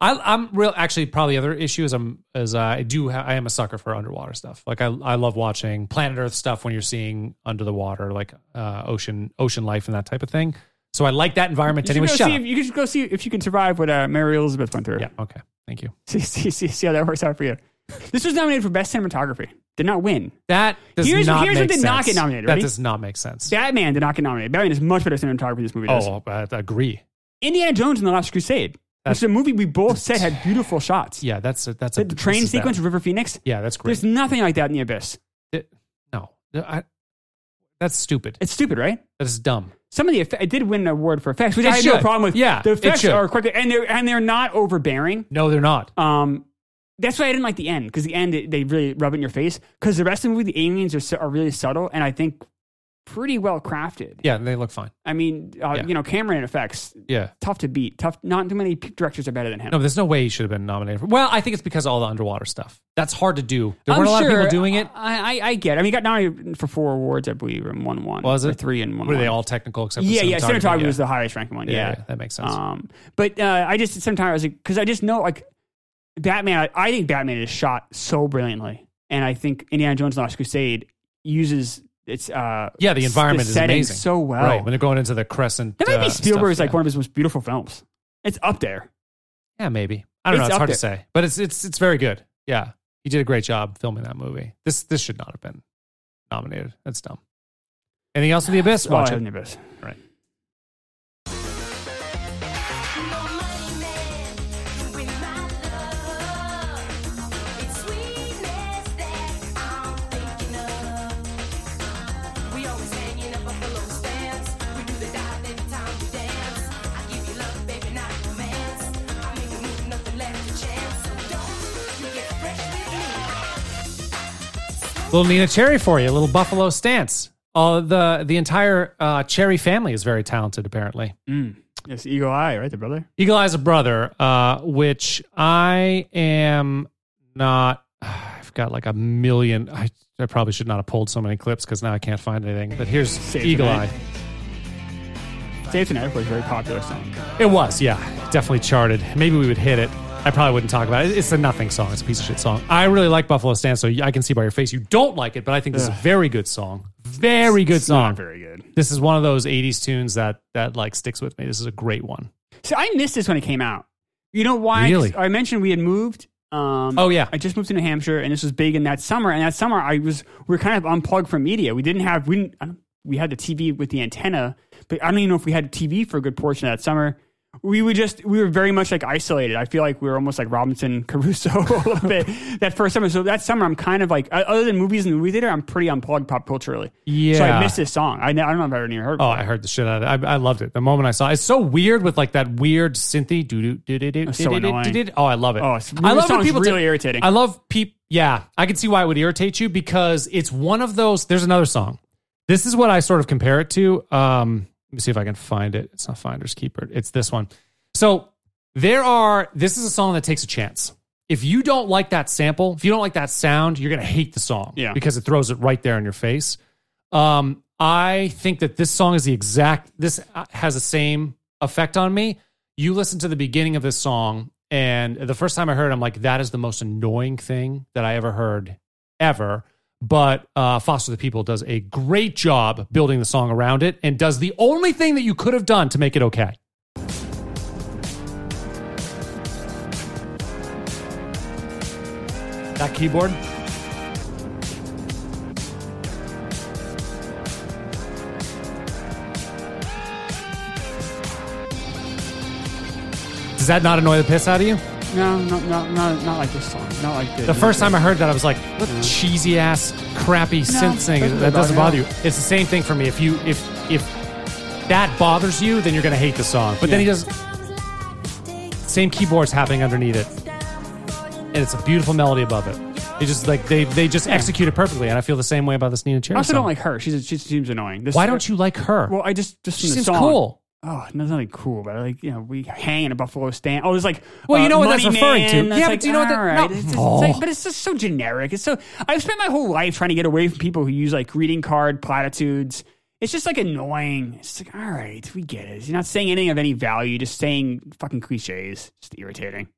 S1: I, I'm real. Actually, probably other issue is I'm is I do ha- I am a sucker for underwater stuff. Like I I love watching Planet Earth stuff when you're seeing under the water, like uh, ocean ocean life and that type of thing. So I like that environment.
S2: You
S1: Anyway,
S2: should
S1: shut
S2: go see
S1: up.
S2: if, you can just go see if you can survive what uh, Mary Elizabeth went through.
S1: Yeah. Okay. Thank you.
S2: [LAUGHS] See, see, see, see how that works out for you. This was nominated for best cinematography. Did not win.
S1: That does
S2: Here's-
S1: not
S2: here's what
S1: make
S2: did
S1: sense.
S2: not get nominated,
S1: That
S2: ready?
S1: does not make sense.
S2: Batman did not get nominated. Batman is much better cinematography than this movie does.
S1: oh, I I agree.
S2: Indiana Jones and the Last Crusade. It's a movie we both said
S1: [LAUGHS]
S2: had beautiful shots.
S1: Yeah, that's a, that's a
S2: The, the train
S1: this is bad.
S2: sequence, of River Phoenix.
S1: Yeah, that's great.
S2: There's nothing like that in the Abyss.
S1: It- no, I, that's stupid.
S2: It's stupid, right?
S1: That's dumb.
S2: Some of the effects, it did win an award for effects, which
S1: It
S2: I had no
S1: should.
S2: problem with.
S1: Yeah,
S2: the
S1: it
S2: effects
S1: should.
S2: are quick and they're and they're not overbearing.
S1: No, they're not.
S2: Um, that's why I didn't like the end because the end it- they really rub it in your face. Because the rest of the movie, the aliens are su- are really subtle and I think pretty well crafted.
S1: Yeah, they look fine.
S2: I mean, uh,
S1: Yeah.
S2: you know, Cameron in effects
S1: Yeah.
S2: tough to beat. Tough. Not too many directors are better than him.
S1: No, there's no way he should have been nominated. For, well, I think it's because of all the underwater stuff. That's hard to do. There
S2: I'm
S1: weren't a lot of people
S2: sure-
S1: doing it.
S2: I, I, I get. It. I mean, he got nominated for four awards, I believe, and one one.
S1: Was
S2: Or
S1: it?
S2: three and one?
S1: Were they
S2: one.
S1: all technical except?
S2: Yeah,
S1: for
S2: yeah.
S1: cinematography?
S2: Cinematography
S1: Yeah.
S2: was the highest ranking one.
S1: Yeah,
S2: Yeah.
S1: yeah, that makes sense.
S2: Um, but uh, I just sometimes I was like, because I just know like Batman. I, I think Batman is shot so brilliantly, and I think Indiana Jones: and The Last Crusade uses its uh
S1: yeah, the
S2: s-
S1: environment is
S2: setting
S1: amazing.
S2: so well.
S1: Right when they're going into the crescent.
S2: that might
S1: uh,
S2: be Spielberg's
S1: stuff,
S2: like one of his most beautiful films. It's up there.
S1: Yeah, maybe. I don't know.
S2: It's
S1: It's
S2: up
S1: hard to say, but it's it's it's very good. Yeah, he did a great job filming that movie. This this should not have been nominated. That's dumb. Anything else in the abyss?
S2: Oh, I
S1: Watch
S2: have
S1: it.
S2: an abyss.
S1: Right. Little Nina Cherry for you. Little Buffalo stance. Uh, the the entire uh, Cherry family is very talented. Apparently,
S2: Mm. Yes, Eagle Eye, right, the brother.
S1: Eagle Eye's a brother, uh, which I am not. [SIGHS] I've got like a million. I, I probably should not have pulled so many clips because now I can't find anything. But here's
S2: Save
S1: Eagle
S2: tonight.
S1: Eye.
S2: Save Tonight was a very popular song.
S1: It was, yeah. Definitely charted. Maybe we would hit it. I probably wouldn't talk about it. It's a nothing song. It's a piece of shit song. I really like Buffalo Stance, so I can see by your face you don't like it, but I think this is a very good song. Very good
S2: It's not
S1: song.
S2: very good.
S1: This is one of those 80s tunes that that like sticks with me. This is a great one.
S2: So I missed this when it came out. You know why?
S1: Really?
S2: 'Cause I mentioned we had moved. Um,
S1: Oh, yeah.
S2: I just moved to New Hampshire, and this was big in that summer. And that summer, I was we were kind of unplugged from media. We didn't have we didn't, I don't- we had the TV with the antenna, but I don't even know if we had TV for a good portion of that summer. we would just we were very much like isolated. I feel like we were almost like Robinson [LAUGHS] Crusoe
S1: [LAUGHS]
S2: a little bit that first summer. So that summer, I'm kind of like uh, other than movies and the movie theater, I'm pretty unplugged pop culturally. So
S1: Yeah.
S2: I missed this song. I, ne- I don't know if I've ever even heard.
S1: Oh, I heard the shit out of it. I, I loved it. The moment I saw it. It's so weird with like that weird synthy doo doo doo doo doo
S2: It's so annoying.
S1: Oh, I love it.
S2: Oh, it's-
S1: I love when
S2: sounds
S1: people
S2: really
S1: ta-
S2: irritating.
S1: I love people. Yeah, I can see why it would irritate you because it's one of those. There's another song. This is what I sort of compare it to. Um, let me see if I can find it. It's not Finders Keeper. It's this one. So there are. This is a song that takes a chance. If you don't like that sample, if you don't like that sound, you're gonna hate the song.
S2: Yeah.
S1: because it throws it right there in your face. Um, I think that this song is the exact. This uh, has the same effect on me. You listen to the beginning of this song, and the first time I heard, it, I'm like, that is the most annoying thing that I ever heard, ever. But uh, Foster the People does a great job building the song around it, and does the only thing that you could have done to make it okay. That keyboard. Does that not annoy the piss out of you?
S2: No, no, no, no, not like this song. Not like this.
S1: Oh. The first time I heard that, I was like, "What cheesy ass, crappy synth thing?"
S2: doesn't
S1: That doesn't bother
S2: bother
S1: you.
S2: you.
S1: It's the same thing for me. If you if if that bothers you, then you're gonna hate the song. But then he does same keyboards happening underneath it, and it's a beautiful melody above it. It just like they they just execute it perfectly, and I feel the same way about this Nina Cherry.
S2: I also
S1: song.
S2: don't like her. She's she seems annoying. This, uh,
S1: Why don't you like her?
S2: Well, I just just
S1: she
S2: from the
S1: seems
S2: song.
S1: cool.
S2: Oh, no, there's nothing cool about it. Like you know, we hang in a buffalo stand. Oh, there's like
S1: Well, you
S2: uh,
S1: know what that's
S2: Money
S1: referring to.
S2: Man. That's
S1: Yeah, but
S2: like,
S1: do you know what that-
S2: all right.
S1: no.
S2: It's just,
S1: Oh.
S2: it's like, but it's just so generic. It's so I've spent my whole life trying to get away from people who use like greeting card platitudes. It's just like annoying. It's just like all right, we get it. You're not saying anything of any value. Just saying fucking cliches. Just irritating.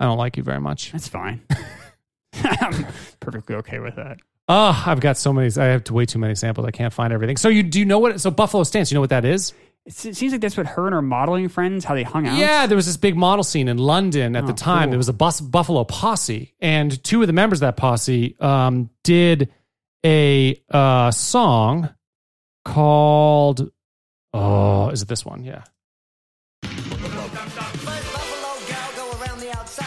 S1: I don't like you very much.
S2: That's fine. [LAUGHS] I'm perfectly okay with that.
S1: Ah, I've got so many. I have way too many samples. I can't find everything. So you do you know what? So Buffalo Stance. You know what that is?
S2: It's, it seems like that's what her and her modeling friends how they hung out.
S1: Yeah, there was this big model scene in London at the
S2: Oh,
S1: time.
S2: cool.
S1: There was a bus, Buffalo posse, and two of the members of that posse um, did a uh, song called. Oh, is it this one? Yeah.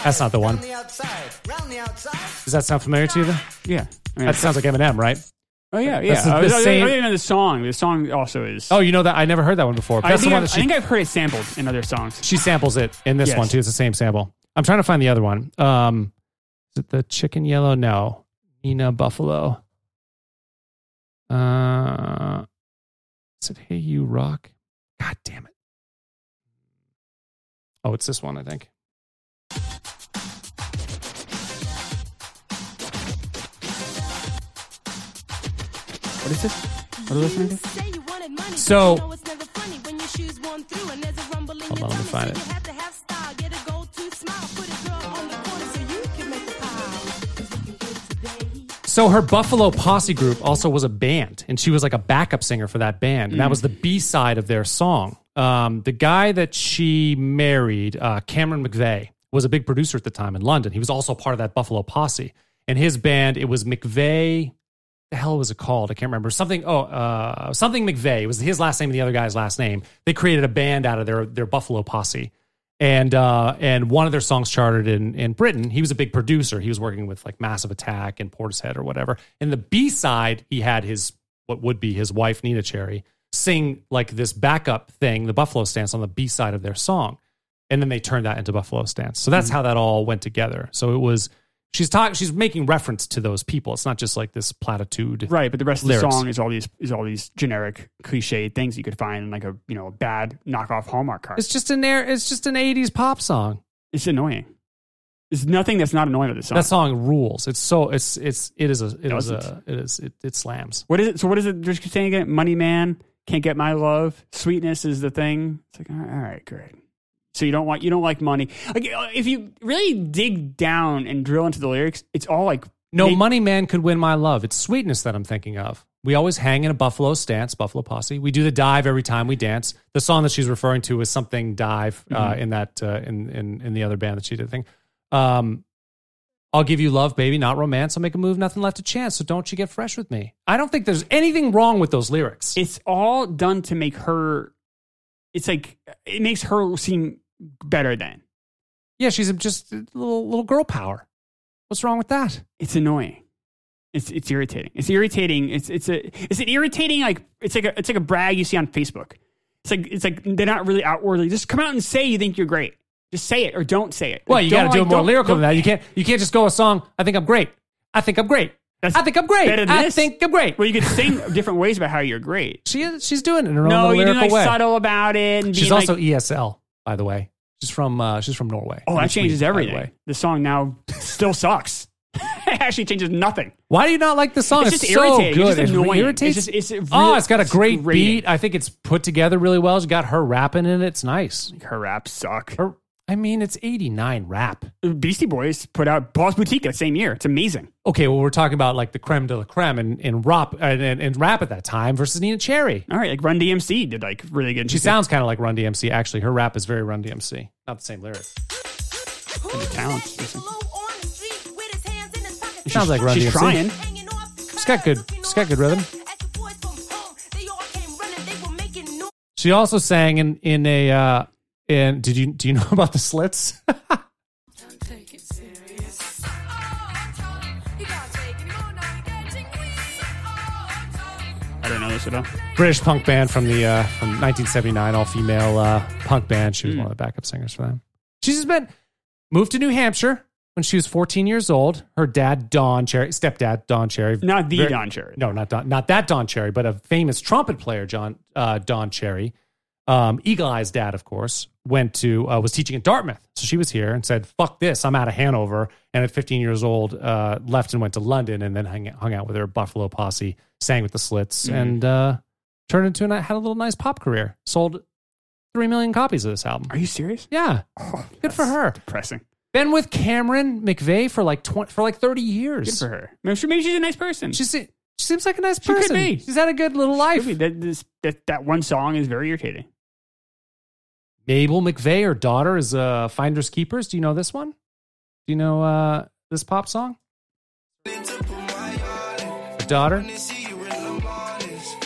S3: That's not the one.
S1: Does that sound familiar to you? Then?
S2: yeah. I mean,
S1: That sounds like Eminem, right?
S2: Oh yeah, yeah.
S1: That's the-
S2: I, was,
S1: the
S2: I, was-
S1: same-
S2: I didn't know the song. The song also is.
S1: Oh, you know that I never heard that one before.
S2: I
S1: That's the
S2: think,
S1: one
S2: I,
S1: that
S2: I
S1: she
S2: think I've heard it sampled in other songs.
S1: she samples it in this
S2: Yes.
S1: one too. It's the same sample. I'm trying to find the other one. Um, is it the Chicken Yellow? No, Nina Buffalo. Uh, is it Hey You Rock? God damn it! Oh, it's this one, I think.
S2: What is this? What are we listening to?
S4: So,
S1: So-
S4: hold
S1: on, let me find it. So her Buffalo Posse group also was a band, and she was like a backup singer for that band. And that was the B side of their song. Um, the guy that she married, uh, Cameron McVeigh, was a big producer at the time in London. He was also part of that Buffalo Posse. And his band, it was McVeigh. The hell was it called? I can't remember. Something. Oh, uh, something McVeigh It was his last name and the other guy's last name. They created a band out of their their Buffalo Posse and uh, and one of their songs charted in in Britain. He was a big producer. He was working with like Massive Attack and Portishead or whatever. And the B side, he had his what would be his wife Nina Cherry sing like this backup thing, the Buffalo Stance on the B side of their song, and then they turned that into Buffalo Stance. So that's how that all went together. So it was she's talking, she's making reference to those people. It's not just like this platitude,
S2: Right, but the rest of the
S1: Lyrics.
S2: song is all these is all these generic cliche things you could find in like a you know a bad knockoff Hallmark card.
S1: It's
S2: It's,
S1: just an air. It's just an '80s pop song.
S2: annoying. There's nothing that's not annoying about this song.
S1: That song rules. It's so it's it's it is a it is a
S2: Doesn't.
S1: it is it, it slams.
S2: what is it? So what is it? Just keep saying again. Money man can't get my love. Sweetness is the thing. It's like all right, all right, great. So you don't want you don't like money. Like if you really dig down and drill into the lyrics, it's all like
S1: No
S2: na-
S1: money man could win my love. It's sweetness that I'm thinking of. We always hang in a buffalo stance, buffalo posse. We do the dive every time we dance. The song that she's referring to is something dive uh,
S2: Mm-hmm.
S1: in that uh, in in in the other band that she did thing. Um, I'll give you love, baby, not romance. I'll make a move, nothing left to chance. So don't you get fresh with me. I don't think there's anything wrong with those lyrics.
S2: it's all done to make her it's like it makes her seem better than.
S1: Yeah, she's just a little little girl power. What's wrong with that?
S2: It's annoying. It's it's irritating. It's irritating. It's it's a is it irritating like it's like a it's like a brag you see on Facebook. It's like it's like they're not really outwardly just come out and say you think you're great. Just say it or don't say it.
S1: Well, you got to
S2: Don't,
S1: do it
S2: like,
S1: more
S2: don't-
S1: lyrical
S2: don't-
S1: than that. You can't you can't just go a song. I think I'm great. I think I'm great.
S2: That's
S1: I think I'm great.
S2: better than
S1: I
S2: this.
S1: think I'm great.
S2: Well, you could sing different ways about how
S1: [LAUGHS]
S2: you're great.
S1: She is, she's doing it in her
S2: No,
S1: own
S2: you
S1: little
S2: didn't
S1: lyrical way.
S2: like subtle about it. And
S1: She's
S2: being
S1: also
S2: like,
S1: ESL, by the way. She's from uh, she's from Norway.
S2: oh, that
S1: Sweden,
S2: changes
S1: by the
S2: everything.
S1: way.
S2: The song now still sucks. [LAUGHS] it actually changes nothing.
S1: Why do you not like the song?
S2: It's
S1: It's,
S2: just
S1: so
S2: irritating. It's
S1: good.
S2: just
S1: It
S2: annoying.
S1: irritates.
S2: It's just- it's
S1: oh,
S2: real-
S1: it's got a
S2: it's
S1: great
S2: grating.
S1: beat. I think it's put together really well. It's got her rapping in it. It's nice.
S2: Her raps suck.
S1: Her, I mean, it's eighty nine rap.
S2: Beastie Boys put out Boss Boutique that same year. It's amazing.
S1: Okay, well, we're talking about like the creme de la creme and and rap and, and, and rap at that time versus Nina Cherry.
S2: All right, like Run DMC did like really good.
S1: She sounds kind of like Run DMC. Actually, her rap is very Run DMC. Not the same lyrics.
S3: Who's
S2: talent.
S3: that nigga low on the street with his hands in his pockets?
S1: Sounds like Run
S2: She's
S1: DMC.
S2: trying.
S3: Hanging off the
S1: She's got good-
S3: curb,
S1: she's got good rhythm.
S3: As the boys from home, they all came running, they were making noise.
S1: She also sang in in a uh, in. Did you do you know [LAUGHS] about the Slits?
S3: Take it serious. Oh, I'm talking. You gotta take it more, now you're getting weak. Oh, I'm talking.
S2: I don't know this at all.
S1: British punk band from the uh, from 1979, all female uh, punk band. She was
S2: Hmm.
S1: one of the backup singers for them. She's just been moved to New Hampshire when she was 14 years old. Her dad Don Cherry, stepdad Don Cherry,
S2: Not the
S1: Very-
S2: Don Cherry.
S1: no, not Don, not that Don Cherry, but a famous trumpet player, John uh, Don Cherry. Um, Eagle Eye's dad, of course, went to uh, was teaching at Dartmouth, so she was here and said, "Fuck this, I'm out of Hanover." And at 15 years old, uh, left and went to London, and then hung, hung out with her Buffalo Posse, sang with the
S2: Hmm.
S1: Slits, and uh, turned into and had a little nice pop career. Sold three million copies of this album.
S2: Are you Oh, serious?
S1: Yeah, good for her.
S2: Depressing.
S1: Been with Cameron McVeigh for like 20, for like 30 years.
S2: Good for her. Maybe, she, maybe she's a nice person.
S1: She, se- she seems like a nice
S2: She could
S1: person.
S2: be.
S1: She's had a good little life.
S2: Maybe that, this, that that one song is very irritating.
S1: Mabel McVeigh, her daughter, is uh, Finders Keepers. Do you know this one? Do you know uh, this pop song? Her daughter?
S3: Put your arms all around it.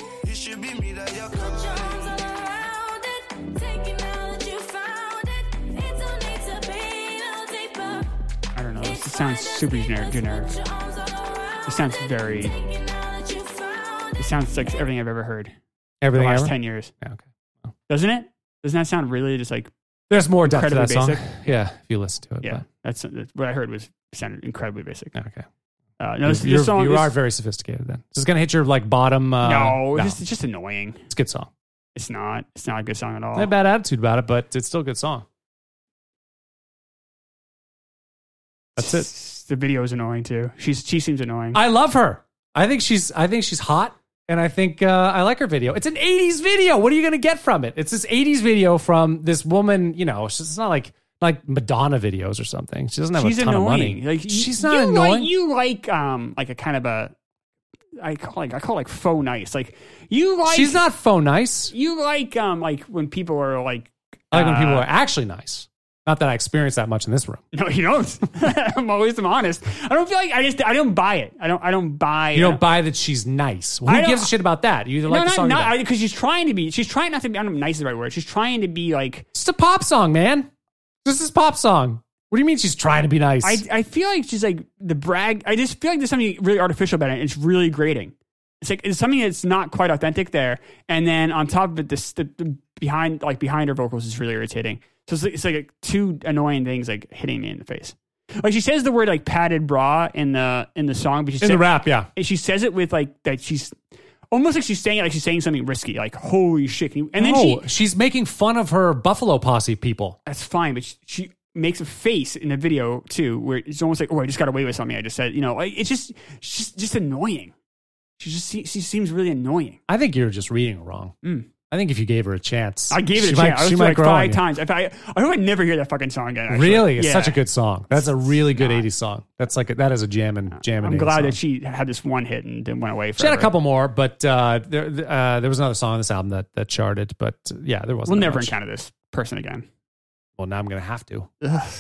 S3: Take it now that you found it. It don't need to be no deeper.
S2: I don't know. This,
S3: It's
S2: this sounds
S3: fine,
S2: super
S3: just
S2: generic.
S3: leave
S2: generic.
S3: us. Put your arms all around
S2: It sounds
S3: it.
S2: very-
S3: Take it now that you found
S2: It
S3: it.
S2: sounds like everything I've ever heard the
S1: Everything
S2: last
S1: ever?
S2: ten years,
S1: Yeah, okay.
S2: doesn't it? Doesn't that sound really just like
S1: There's more depth to that
S2: Incredibly
S1: song. [LAUGHS]
S2: basic.
S1: Yeah, if you listen to it.
S2: yeah? That's, that's what I heard was sounded incredibly basic.
S1: but- okay.
S2: Uh, no, this,
S1: You're-
S2: this song
S1: you
S2: this-
S1: are very sophisticated then. This is going to hit your like bottom. Uh,
S2: no, This, it's just annoying.
S1: it's a good song.
S2: It's not. It's not a good song at
S1: I
S2: all.
S1: had a bad attitude about it, but it's still a good song. That's it.
S2: The video is annoying too. She's she seems annoying.
S1: I love her. I think she's I think she's hot, and I think uh, I like her video. It's an '80s video. What are you gonna get from it? It's this '80s video from this woman. You know, she's it's not like like Madonna videos or something. She doesn't have
S2: she's
S1: a ton
S2: annoying.
S1: of money.
S2: Like
S1: she's
S2: you,
S1: not
S2: you
S1: annoying.
S2: Like, you like um like a kind of a I call like I call it like faux nice. Like you like
S1: she's not faux nice.
S2: you like um like when people are like
S1: I like when people
S2: uh,
S1: are actually nice. Not that I experience that much in this room.
S2: no you don't. [LAUGHS] I'm always I'm honest. I don't feel like I just I don't buy it. I don't I don't buy
S1: You don't buy that she's nice. Well,
S2: I
S1: who
S2: don't-
S1: gives a shit about that? You either like
S2: no,
S1: the
S2: not,
S1: song. or you
S2: not,
S1: don't.
S2: I- because she's trying to be. She's trying not to be. I don't know. if Nice is the right word. She's trying to be like.
S1: it's a pop song, man. This is pop song. What do you mean she's trying to be nice?
S2: I, I feel like she's like the brag. I just feel like there's something really artificial about it. It's really grating. It's like it's something that's not quite authentic there. And then on top of it, this the, the behind like behind her vocals is really irritating. So it's like, it's like two annoying things like hitting me in the face. Like she says the word like padded bra in the in the song, but she
S1: in
S2: said-
S1: the rap, yeah.
S2: and she says it with like that she's almost like she's saying it like she's saying something risky, like holy shit. Can you, and then she
S1: no, she's making fun of her Buffalo Posse people.
S2: that's fine, but she, she makes a face in the video too, where it's almost like, oh, I just got away with something I just said. You know, like, it's just, she's just annoying. She just, se- she seems really annoying.
S1: I think you're just reading it wrong. I think if you gave her a chance,
S2: Hmm. I gave it
S1: she
S2: a
S1: might-
S2: chance. I
S1: she
S2: listened
S1: might
S2: to it like
S1: grow on
S2: five
S1: you.
S2: times. If I, I hope I never hear that fucking song again. actually.
S1: Really, it's
S2: Yeah.
S1: such a good song. That's a really good '80s song. That's like a, that is a jamming jamming.
S2: I'm glad
S1: song.
S2: that she had this one hit and then went away.
S1: She had a
S2: forever.
S1: couple more, but uh, there uh, there was another song on this album that that charted. But uh, yeah, there wasn't.
S2: We'll
S1: that
S2: never
S1: much.
S2: encounter this person again.
S1: Well, now I'm going to have
S2: [LAUGHS]
S1: to.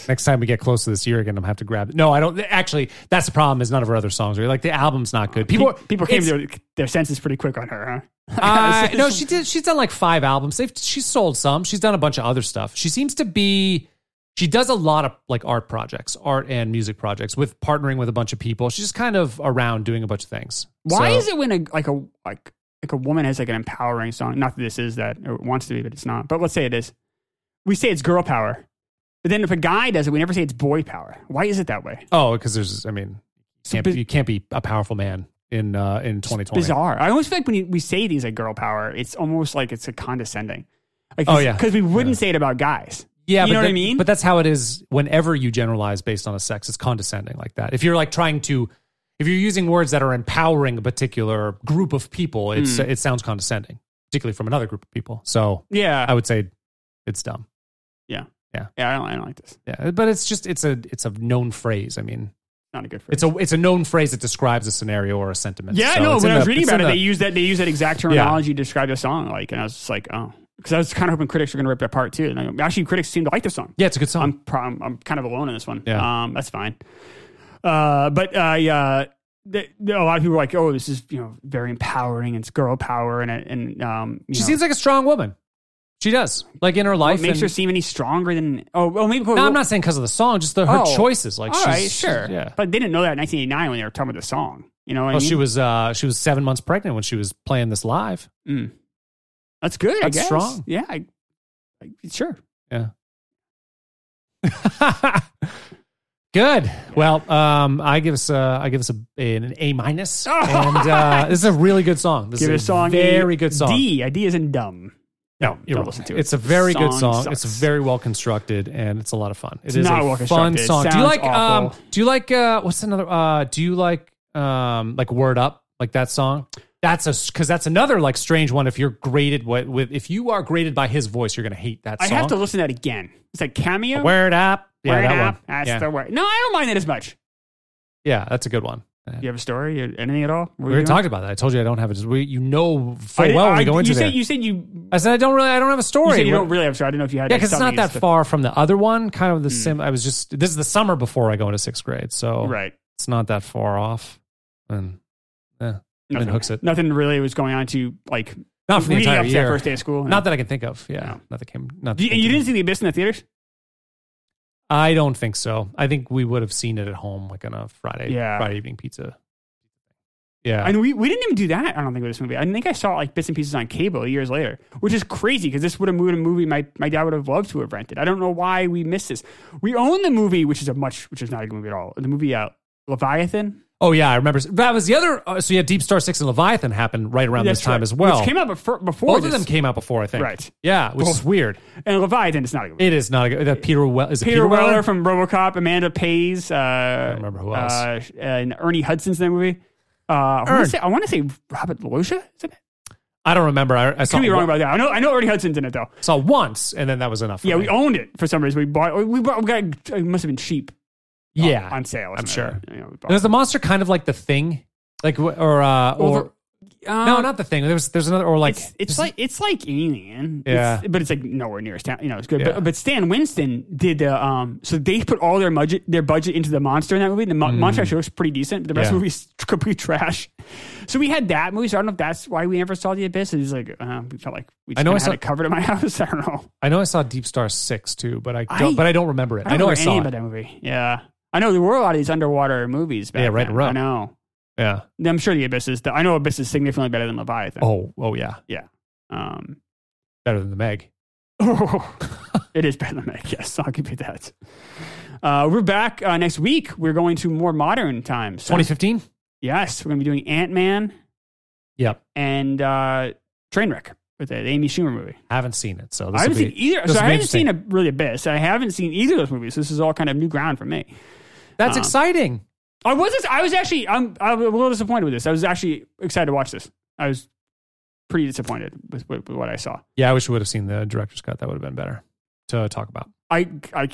S1: Next time we get close to this year again, I'm going to have to grab it. No, I don't. Actually, that's the problem is none of her other songs are like the album's not good. People,
S2: Pe- people came
S1: it's-
S2: to their, their senses pretty quick on her, huh? [LAUGHS]
S1: Uh, [LAUGHS] no, she did. She's done like five albums. They've, she's sold some. She's done a bunch of other stuff. She seems to be. She does a lot of like art projects, art and music projects, with partnering with a bunch of people. She's just kind of around doing a bunch of things.
S2: Why
S1: So-
S2: is it when a like a like like a woman has like an empowering song? Not that this is that or wants to be, but it's not. But let's say it is. We say it's girl power, but then if a guy does it, we never say it's boy power. Why is it that way?
S1: Oh, because there's. I mean, can't,
S2: biz-
S1: you can't be a powerful man in uh, in 2020.
S2: Bizarre. I always feel like when you, we say things like girl power, it's almost like it's a condescending. Like,
S1: Oh, yeah.
S2: because we wouldn't say it about guys.
S1: Yeah,
S2: You
S1: but
S2: know what I
S1: that-
S2: mean?
S1: But that's how it is. Whenever you generalize based on a sex, it's condescending like that. If you're like trying to, if you're using words that are empowering a particular group of people, it's
S2: Hmm.
S1: it sounds condescending, particularly from another group of people. So
S2: Yeah,
S1: I would say it's dumb.
S2: yeah. I don't, I don't like this.
S1: Yeah, but it's just it's a it's a known phrase. I mean,
S2: Not a good phrase.
S1: it's a it's a known phrase that describes a scenario or a sentiment.
S2: Yeah,
S1: So
S2: no.
S1: it's
S2: When
S1: in
S2: I was
S1: the-
S2: reading
S1: it's
S2: about
S1: in
S2: it,
S1: the-
S2: they use that they use that exact terminology to describe the song. Like, and I was just like, oh, because I was kind of hoping critics were going to rip it apart too. And I, actually, critics seem to like the song.
S1: yeah, it's a good song.
S2: I'm pro- I'm, I'm kind of alone in this one.
S1: Yeah.
S2: Um, that's fine. Uh, but I uh, th- th- a lot of people were like, oh, this is you know very empowering. It's girl power, and it- and um, you
S1: she
S2: know,
S1: seems like a strong woman. She does, like in her
S2: what
S1: life.
S2: makes
S1: and-
S2: her seem any stronger than oh well maybe
S1: no, I'm not saying because of the song, just the, her
S2: Oh.
S1: choices. Like,
S2: all
S1: she's,
S2: right, sure.
S1: yeah.
S2: But they didn't know that in 1989 when they were talking about the song. You know, what I
S1: Well,
S2: mean?
S1: she was uh, she was seven months pregnant when she was playing this live.
S2: Mm. That's good. I
S1: That's
S2: guess.
S1: strong.
S2: Yeah. I, I, sure.
S1: [LAUGHS] Good. Well, um, I give us uh, I give us a, an A
S2: [LAUGHS]
S1: minus, and uh, this is a really good song. This
S2: Give it a
S1: is
S2: song. a
S1: very good song.
S2: D. Idea isn't dumb.
S1: No,
S2: don't
S1: you're
S2: listen
S1: right.
S2: to it.
S1: It's a very good
S2: Song
S1: song. It's
S2: sucks.
S1: very well constructed, and it's a lot of fun. It
S2: It's
S1: is
S2: not
S1: a
S2: well
S1: fun
S2: constructed.
S1: song. Do you
S2: Sounds
S1: like? Um,
S2: awful.
S1: do you like? Uh, what's another? Uh, do you like? Um, like word up, like that song. That's a because that's another like strange one. If you're graded with, with if you are graded by his voice, you're gonna hate that.
S2: I
S1: song.
S2: have to listen to that again. It's like cameo.
S1: Word up. Yeah,
S2: Word
S1: that
S2: up.
S1: one.
S2: That's
S1: yeah.
S2: the word. No, I don't mind that as much.
S1: yeah, that's a good one.
S2: You have a story? You- Anything at all? What
S1: We
S2: were you
S1: already
S2: doing?
S1: talked about that. I told you I don't have it. We, you know
S2: I
S1: full
S2: didn't-
S1: well when
S2: I-
S1: we go into
S2: you
S1: there.
S2: Said, you said you, you
S1: I said I don't really. I don't have a story.
S2: said you
S1: We're-
S2: don't really have a story. I didn't know if you had.
S1: Yeah,
S2: like,
S1: because it's not
S2: something
S1: that
S2: to-
S1: far from the other one. Kind of the sim. I was just this is the summer before I go into sixth grade, so
S2: Hmm. Right.
S1: it's not that far off. And eh,
S2: Nothing,
S1: hooks it.
S2: Nothing really was going on to like
S1: not for the
S2: leading
S1: entire
S2: up to that
S1: year.
S2: first day of school.
S1: Not that I can think of. Yeah,
S2: No.
S1: not that came. Not that
S2: You, and
S1: came
S2: you
S1: to
S2: didn't
S1: me.
S2: see the abyss in the theaters?
S1: I don't think so. I think we would have seen it at home, like on a Friday,
S2: Yeah.
S1: Friday evening pizza. Yeah,
S2: And we, we didn't even do that. I don't think with this movie. I think I saw like bits and pieces on cable years later, which is crazy because this would have moved a movie my, my dad would have loved to have rented. I don't know why we missed this. We own the movie, which is a much which is not a good movie at all. The movie uh, Leviathan.
S1: Oh yeah, I remember. That was the other. Uh, so yeah, Deep Star Six and Leviathan happened right around
S2: That's
S1: this time
S2: right.
S1: as well.
S2: which came out before. before
S1: Both of
S2: this.
S1: them came out before, I think.
S2: Right.
S1: Yeah, which is
S2: Both.
S1: weird.
S2: and Leviathan is not a good movie.
S1: It is not a good. That Peter Well is it
S2: Peter, Weller,
S1: Weller?
S2: from RoboCop, Amanda Pays, uh, I
S1: don't remember who else.
S2: uh, and Ernie Hudson's in the movie. Uh, I
S1: Ern.
S2: wanna say- I want to say Robert Lucia. Is it?
S1: I don't remember. I, I saw,
S2: Could be wrong
S1: one-
S2: about that. I know I know Ernie Hudson's in it though.
S1: saw once, and then that was enough. for
S2: Yeah,
S1: me.
S2: we owned it for some reason. We bought. We bought. We got. It must have been cheap.
S1: yeah.
S2: on sale. or
S1: I'm
S2: something.
S1: sure.
S2: You know, we bought-
S1: was the monster kind of like the thing, like wh- or uh,
S2: Well,
S1: or
S2: the- uh,
S1: no, not the thing. There's there's another or like
S2: It's, it's like it's like Alien,
S1: Yeah.
S2: It's- but it's like nowhere near as town. You know, it's good.
S1: Yeah.
S2: But, but Stan Winston did the um. So they put all their budget their budget into the monster in that movie. The mo- monster actually looks pretty decent. But the rest
S1: Mm. Yeah.
S2: of the movie is [LAUGHS] complete trash. So we had that movie. So I don't know if that's why we never saw the abyss. It was like uh, we felt like we just
S1: I know
S2: kinda
S1: I
S2: had
S1: saw-
S2: it covered at my [LAUGHS] house. I don't know.
S1: I know I saw Deep Star Six too, but I don't.
S2: I-
S1: but I don't remember it. I,
S2: I,
S1: know
S2: don't
S1: I
S2: remember
S1: saw
S2: anything
S1: it.
S2: about that movie. Yeah, I know there were a lot of these underwater movies. Back
S1: Yeah, right in
S2: then.
S1: a row.
S2: I know.
S1: Yeah.
S2: I'm sure the abyss is. The, I know abyss is significantly better than Leviathan.
S1: Oh. Oh yeah.
S2: Um,
S1: Better than the Meg.
S2: [LAUGHS] it is better than that. Yes, I'll give you that. Uh, we're back uh, next week. We're going to more modern times.
S1: 2015.
S2: Yes, we're going to be doing Ant Man
S1: Yep.
S2: and uh, Trainwreck with the Amy Schumer movie.
S1: Haven't seen it, so this
S2: I
S1: will
S2: haven't
S1: be,
S2: seen either.
S1: this will
S2: So I
S1: be
S2: haven't
S1: interesting.
S2: seen a really abyss. I haven't seen either of those movies. This is all kind of new ground for me.
S1: That's
S2: um,
S1: exciting.
S2: I was. I was actually. I'm. I'm a little disappointed with this. I was actually excited to watch this. I was pretty disappointed with, with, with what I saw.
S1: Yeah, I wish we would have seen the director's cut. That would have been better to talk about.
S2: I, I,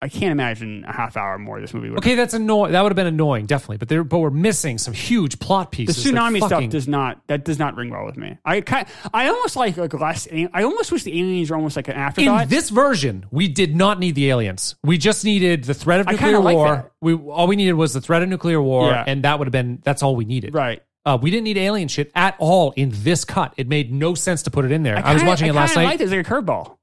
S2: I can't imagine a half hour more of this movie would.
S1: Okay, that's annoying. That would have been annoying, definitely. But there, but we're missing some huge plot
S2: the
S1: pieces. that
S2: tsunami
S1: fucking-
S2: stuff does not that does not ring well with me. I kind, I almost like like less. I almost wish the aliens were almost like an
S1: in
S2: afterthought.
S1: this version, we did not need the aliens. We just needed the threat of
S2: I kinda
S1: nuclear
S2: like
S1: war.
S2: that.
S1: We all we needed was the threat of nuclear war,
S2: Yeah.
S1: and that would have been that's all we needed.
S2: right.
S1: Uh, we didn't need alien shit at all in this cut. It made no sense to put it in there. I, was
S2: kinda-
S1: watching it last
S2: kinda
S1: night,
S2: Liked it. It's like a curveball.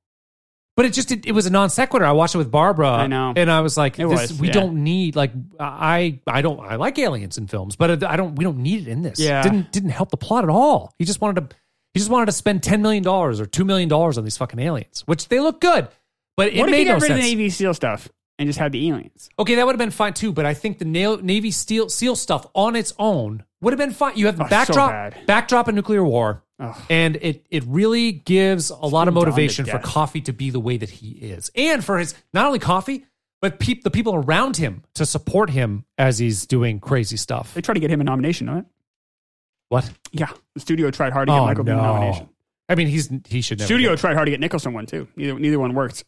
S1: but it just it, it was a non sequitur. I watched it with Barbara.
S2: I know.
S1: and I was like,
S2: It
S1: this,
S2: was,
S1: we
S2: yeah.
S1: don't need like I I don't I like aliens in films, but I don't we don't need it in this.
S2: Yeah.
S1: didn't didn't help the plot at all. He just wanted to he just wanted to spend ten million dollars or two million dollars on these fucking aliens, which they look good, but it
S2: what if you
S1: made
S2: got
S1: no
S2: rid
S1: sense.
S2: of the Navy SEAL stuff and just had the aliens?
S1: Okay, that would have been fine too, but I think the nail, Navy Steel, SEAL stuff on its own would have been fine. You have the
S2: Oh, so
S1: backdrop,
S2: bad.
S1: backdrop of nuclear war,
S2: Ugh.
S1: and it it really gives a lot of
S2: been done to
S1: motivation for
S2: death.
S1: Coffee to be the way that he is, and for his not only Coffee but peop, the people around him to support him as he's doing crazy stuff.
S2: They tried to get him a nomination on it.
S1: What?
S2: Yeah, the studio tried hard to get
S1: Oh,
S2: Michael Bay a
S1: no.
S2: nomination.
S1: I mean, he's he should never
S2: Studio
S1: get
S2: tried hard to get Nicholson one too. Neither neither one worked.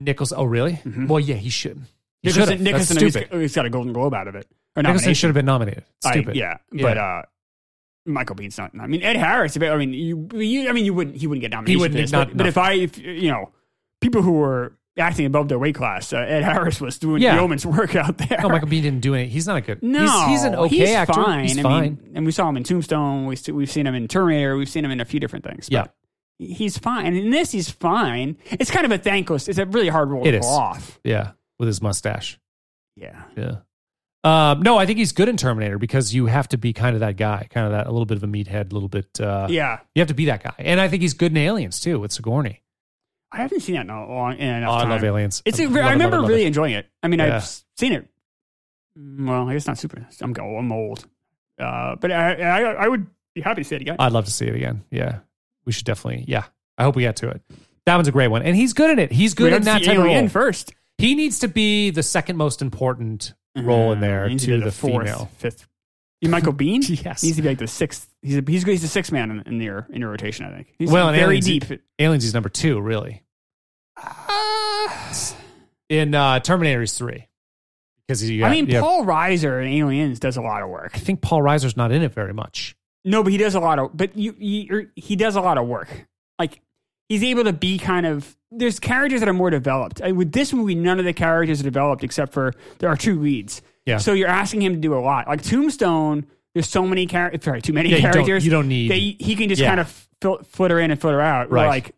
S1: Nichols. Oh, really? Well, yeah, he should. He should
S2: Mm-hmm.
S1: have. That's
S2: Nicholson, Nicholson he's-
S1: stupid.
S2: he's got a Golden Globe out of it. Or
S1: Nicholson
S2: nomination.
S1: should have been nominated. Stupid.
S2: I, yeah,
S1: Yeah.
S2: but uh, Michael Bean's not. I mean, Ed Harris. if- I mean, you, you. I mean, you wouldn't. He wouldn't get nominated.
S1: wouldn't,
S2: For this,
S1: not-
S2: but, but if I, if, you know, people who were acting above their weight class, uh, Ed Harris was doing
S1: Yeah.
S2: yeoman's work [LAUGHS] out there.
S1: No, Michael Bean didn't do anything. He's not a good.
S2: No,
S1: he's, he's an okay
S2: he's
S1: actor.
S2: Fine.
S1: He's
S2: I
S1: fine.
S2: Mean, and we saw him in Tombstone. We, we've seen him in Terminator. We've seen him in a few different things.
S1: Yeah.
S2: but he's fine. And in this, he's fine. It's kind of a thankless. It's a really hard role
S1: It
S2: to
S1: is.
S2: pull off.
S1: Yeah, with his mustache.
S2: Yeah,
S1: Yeah. Um, no, I think he's good in Terminator because you have to be kind of that guy, kind of that a little bit of a meathead, a little bit. Uh,
S2: yeah.
S1: You have to be that guy, and I think he's good in Aliens too with Sigourney.
S2: I haven't seen that in a long in
S1: Oh,
S2: enough
S1: I
S2: time.
S1: love Aliens.
S2: It's.
S1: I
S2: A,
S1: love it,
S2: I
S1: love it,
S2: remember
S1: love it.
S2: really enjoying it. I mean,
S1: Yeah.
S2: I've seen it. Well, I guess not super. I'm go. I'm old. Uh, but I, I, I would be happy to see it again.
S1: I'd love to see it again. Yeah, we should definitely. Yeah, I hope we get to it. That one's a great one, and he's good in it. He's
S2: We
S1: good
S2: don't
S1: in that
S2: see
S1: type of
S2: Alien
S1: role.
S2: first
S1: He needs to be the second most important role in there
S2: Uh-huh. He needs
S1: to
S2: be
S1: the
S2: Uh, fourth,
S1: female.
S2: fifth. You
S1: [LAUGHS]
S2: Michael Bean.
S1: Yes.
S2: He needs to be like the sixth. He's a, he's he's the sixth man in, in your in your rotation. I think. He's
S1: Well, in
S2: very
S1: Aliens, he-
S2: deep.
S1: Aliens is number two, really. in uh, Terminator's three because you.
S2: I mean,
S1: you have-
S2: Paul Reiser in Aliens does a lot of work.
S1: I think Paul Reiser's not in it very much.
S2: No, but he does a lot of. But you, you you're- he does a lot of work. Like he's able to be kind of. There's characters that are more developed. Uh, With this movie, none of the characters are developed except for there are two leads.
S1: Yeah.
S2: So you're asking him to do a lot. Like Tombstone, there's so many characters. Sorry, too many
S1: Yeah, you don't-
S2: characters.
S1: you don't need-
S2: They, he can just
S1: Yeah.
S2: kind of fil- flitter in and flitter out. We're
S1: Right.
S2: Like,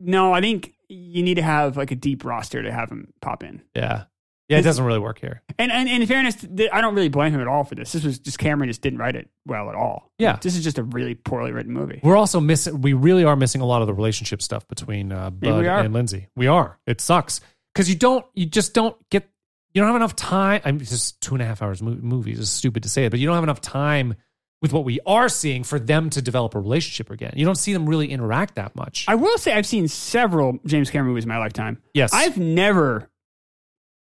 S2: no, I think you need to have like a deep roster to have him pop in.
S1: Yeah, yeah, it doesn't really work here.
S2: And, and, and in fairness, th- I don't really blame him at all for this. This was just Cameron just didn't write it well at all.
S1: Yeah.
S2: This is just a really poorly written movie.
S1: We're also missing. We really are missing a lot of the relationship stuff between uh, Bud
S2: we are.
S1: and Lindsay. We are. It sucks because you don't. You just don't get. You don't have enough time. I'm just two and a half hours mo- movies. It's stupid to say it, but you don't have enough time with what we are seeing for them to develop a relationship again. You don't see them really interact that much.
S2: I will say I've seen several James Cameron movies in my lifetime.
S1: yes,
S2: I've never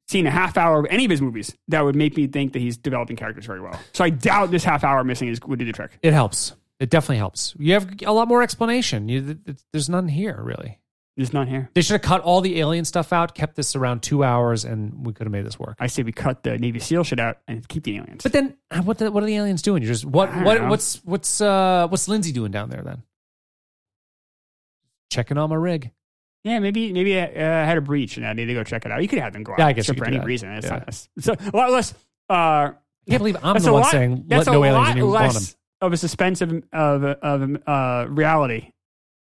S2: seen a half hour of any of his movies that would make me think that he's developing characters very well. So I doubt this half hour missing is would do the trick.
S1: it helps. It definitely helps. You have a lot more explanation. You, th- th- there's none here really.
S2: It's not here.
S1: They should have cut all the alien stuff out, kept this around two hours, and we could have made this work.
S2: I say we cut the Navy SEAL shit out and keep the aliens.
S1: But then, uh, what the, what are the aliens doing? You're just what
S2: I don't
S1: what
S2: know.
S1: what's what's uh what's Lindsay doing down there then? Checking on my rig.
S2: yeah, maybe maybe I uh, had a breach and I need to go check it out. You could have them go out
S1: Yeah, I guess
S2: except
S1: you
S2: for
S1: could do
S2: any
S1: that.
S2: reason. It's,
S1: Yeah.
S2: not, it's, it's a lot less. Uh,
S1: I can't believe I'm
S2: that's
S1: the
S2: a
S1: one
S2: lot,
S1: saying let
S2: that's
S1: no
S2: a
S1: aliens
S2: lot
S1: even want them.
S2: less of a suspense of of, of uh, reality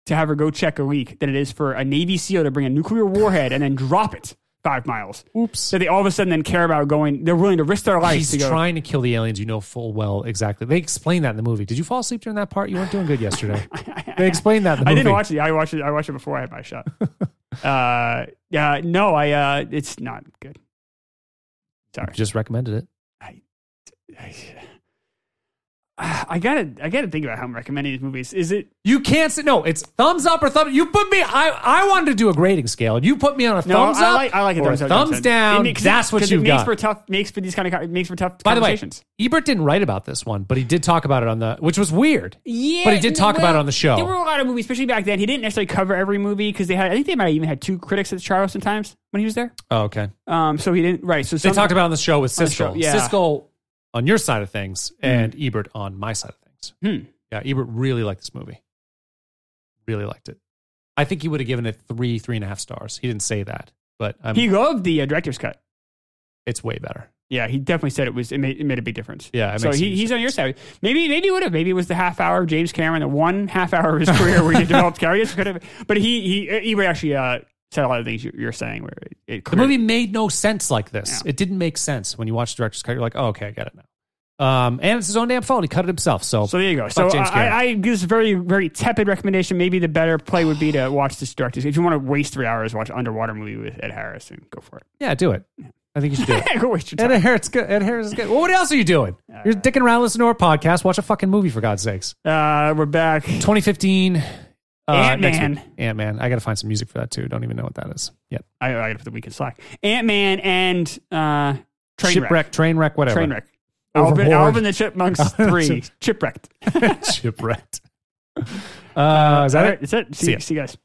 S2: to have her go check a leak than it is for a Navy SEAL to bring a nuclear warhead and then drop it five miles.
S1: Oops.
S2: So they all of a sudden then care about going. They're willing to risk their
S1: He's
S2: lives to go.
S1: trying to kill the aliens. You know full well exactly. They explain that in the movie. Did you fall asleep during that part? You weren't doing good
S2: [LAUGHS]
S1: yesterday. they explained that. In the
S2: I
S1: movie.
S2: didn't watch it. I watched it. I watched it before I had my shot.
S1: [LAUGHS]
S2: uh, yeah, no, I. Uh, it's not good. [SIGHS] Sorry.
S1: Just recommended it.
S2: I, I gotta, I gotta think about how I'm recommending these movies. Is it
S1: You can't say no. It's thumbs up or thumbs. You put me. I I wanted to do a grading scale, and you put me on a
S2: no?
S1: thumbs
S2: I
S1: up.
S2: like, I like it.
S1: or
S2: Thumbs, up,
S1: thumbs
S2: up.
S1: down.
S2: It makes-
S1: That's what
S2: 'cause
S1: you've
S2: it makes
S1: got.
S2: for tough, makes for these kind of, co- it makes for tough
S1: By the way,
S2: conversations.
S1: Ebert didn't write about this one, but he did talk about it on the, which was weird.
S2: Yeah,
S1: but he did talk about it
S2: well,
S1: on the show.
S2: There were a lot of movies, especially back then. He didn't necessarily cover every movie because they had. I think they might have even had two critics at Charleston sometimes when he was there.
S1: oh, okay.
S2: Um, so he didn't. Right. So
S1: They
S2: some,
S1: talked about it on the show with
S2: On the show,
S1: Siskel.
S2: yeah.
S1: Siskel on your side of things, and Ebert on my side of things.
S2: Hmm.
S1: Yeah, Ebert really liked this movie. Really liked it. I think he would have given it three, three and a half stars. He didn't say that, but um,
S2: he loved the uh, director's cut.
S1: it's way better.
S2: Yeah, he definitely said it was. It made, it made a big difference.
S1: Yeah, it
S2: So
S1: makes a
S2: he,
S1: huge
S2: he's on your side. Maybe maybe it would have. Maybe it was the half hour of James Cameron, the one half hour of his
S1: [LAUGHS]
S2: career where he developed characters. Could have. But he he he actually uh, said a lot of things you- you're saying. Where it, it
S1: The movie made no sense like this.
S2: Yeah.
S1: It didn't make sense when you watch the director's cut. You're like, oh, okay, I got it now. Um, and it's his own damn fault. He cut it himself. So,
S2: So there you go.
S1: Fuck
S2: So
S1: James Cameron.
S2: I, I give this very very tepid recommendation. Maybe the better play would be to watch this director's. If you want to waste three hours, watch underwater movie with Ed Harris and go for it.
S1: yeah, do it. I think you should do it.
S2: [LAUGHS] go waste your
S1: Ed
S2: time.
S1: Harris, good. Ed Harris is good. Well, what else are you doing? You're dicking around listening to our podcast. Watch a fucking movie for God's
S2: [LAUGHS]
S1: sakes.
S2: Uh, we're back.
S1: 2015. uh,
S2: Ant-Man.
S1: Ant Man. I got to find some music for that too. Don't even know what that is yet.
S2: I, I gotta put the week in slack. Ant Man and uh, train
S1: Shipwreck, train wreck, whatever.
S2: Train wreck. Alvin,
S1: Overboard.
S2: Alvin the
S1: [LAUGHS]
S2: Chipmunks three. Chipwrecked.
S1: Shipwrecked. Uh, is that
S2: All
S1: it?
S2: right, That's it.
S1: See
S2: See, see,
S1: ya.
S2: see you guys.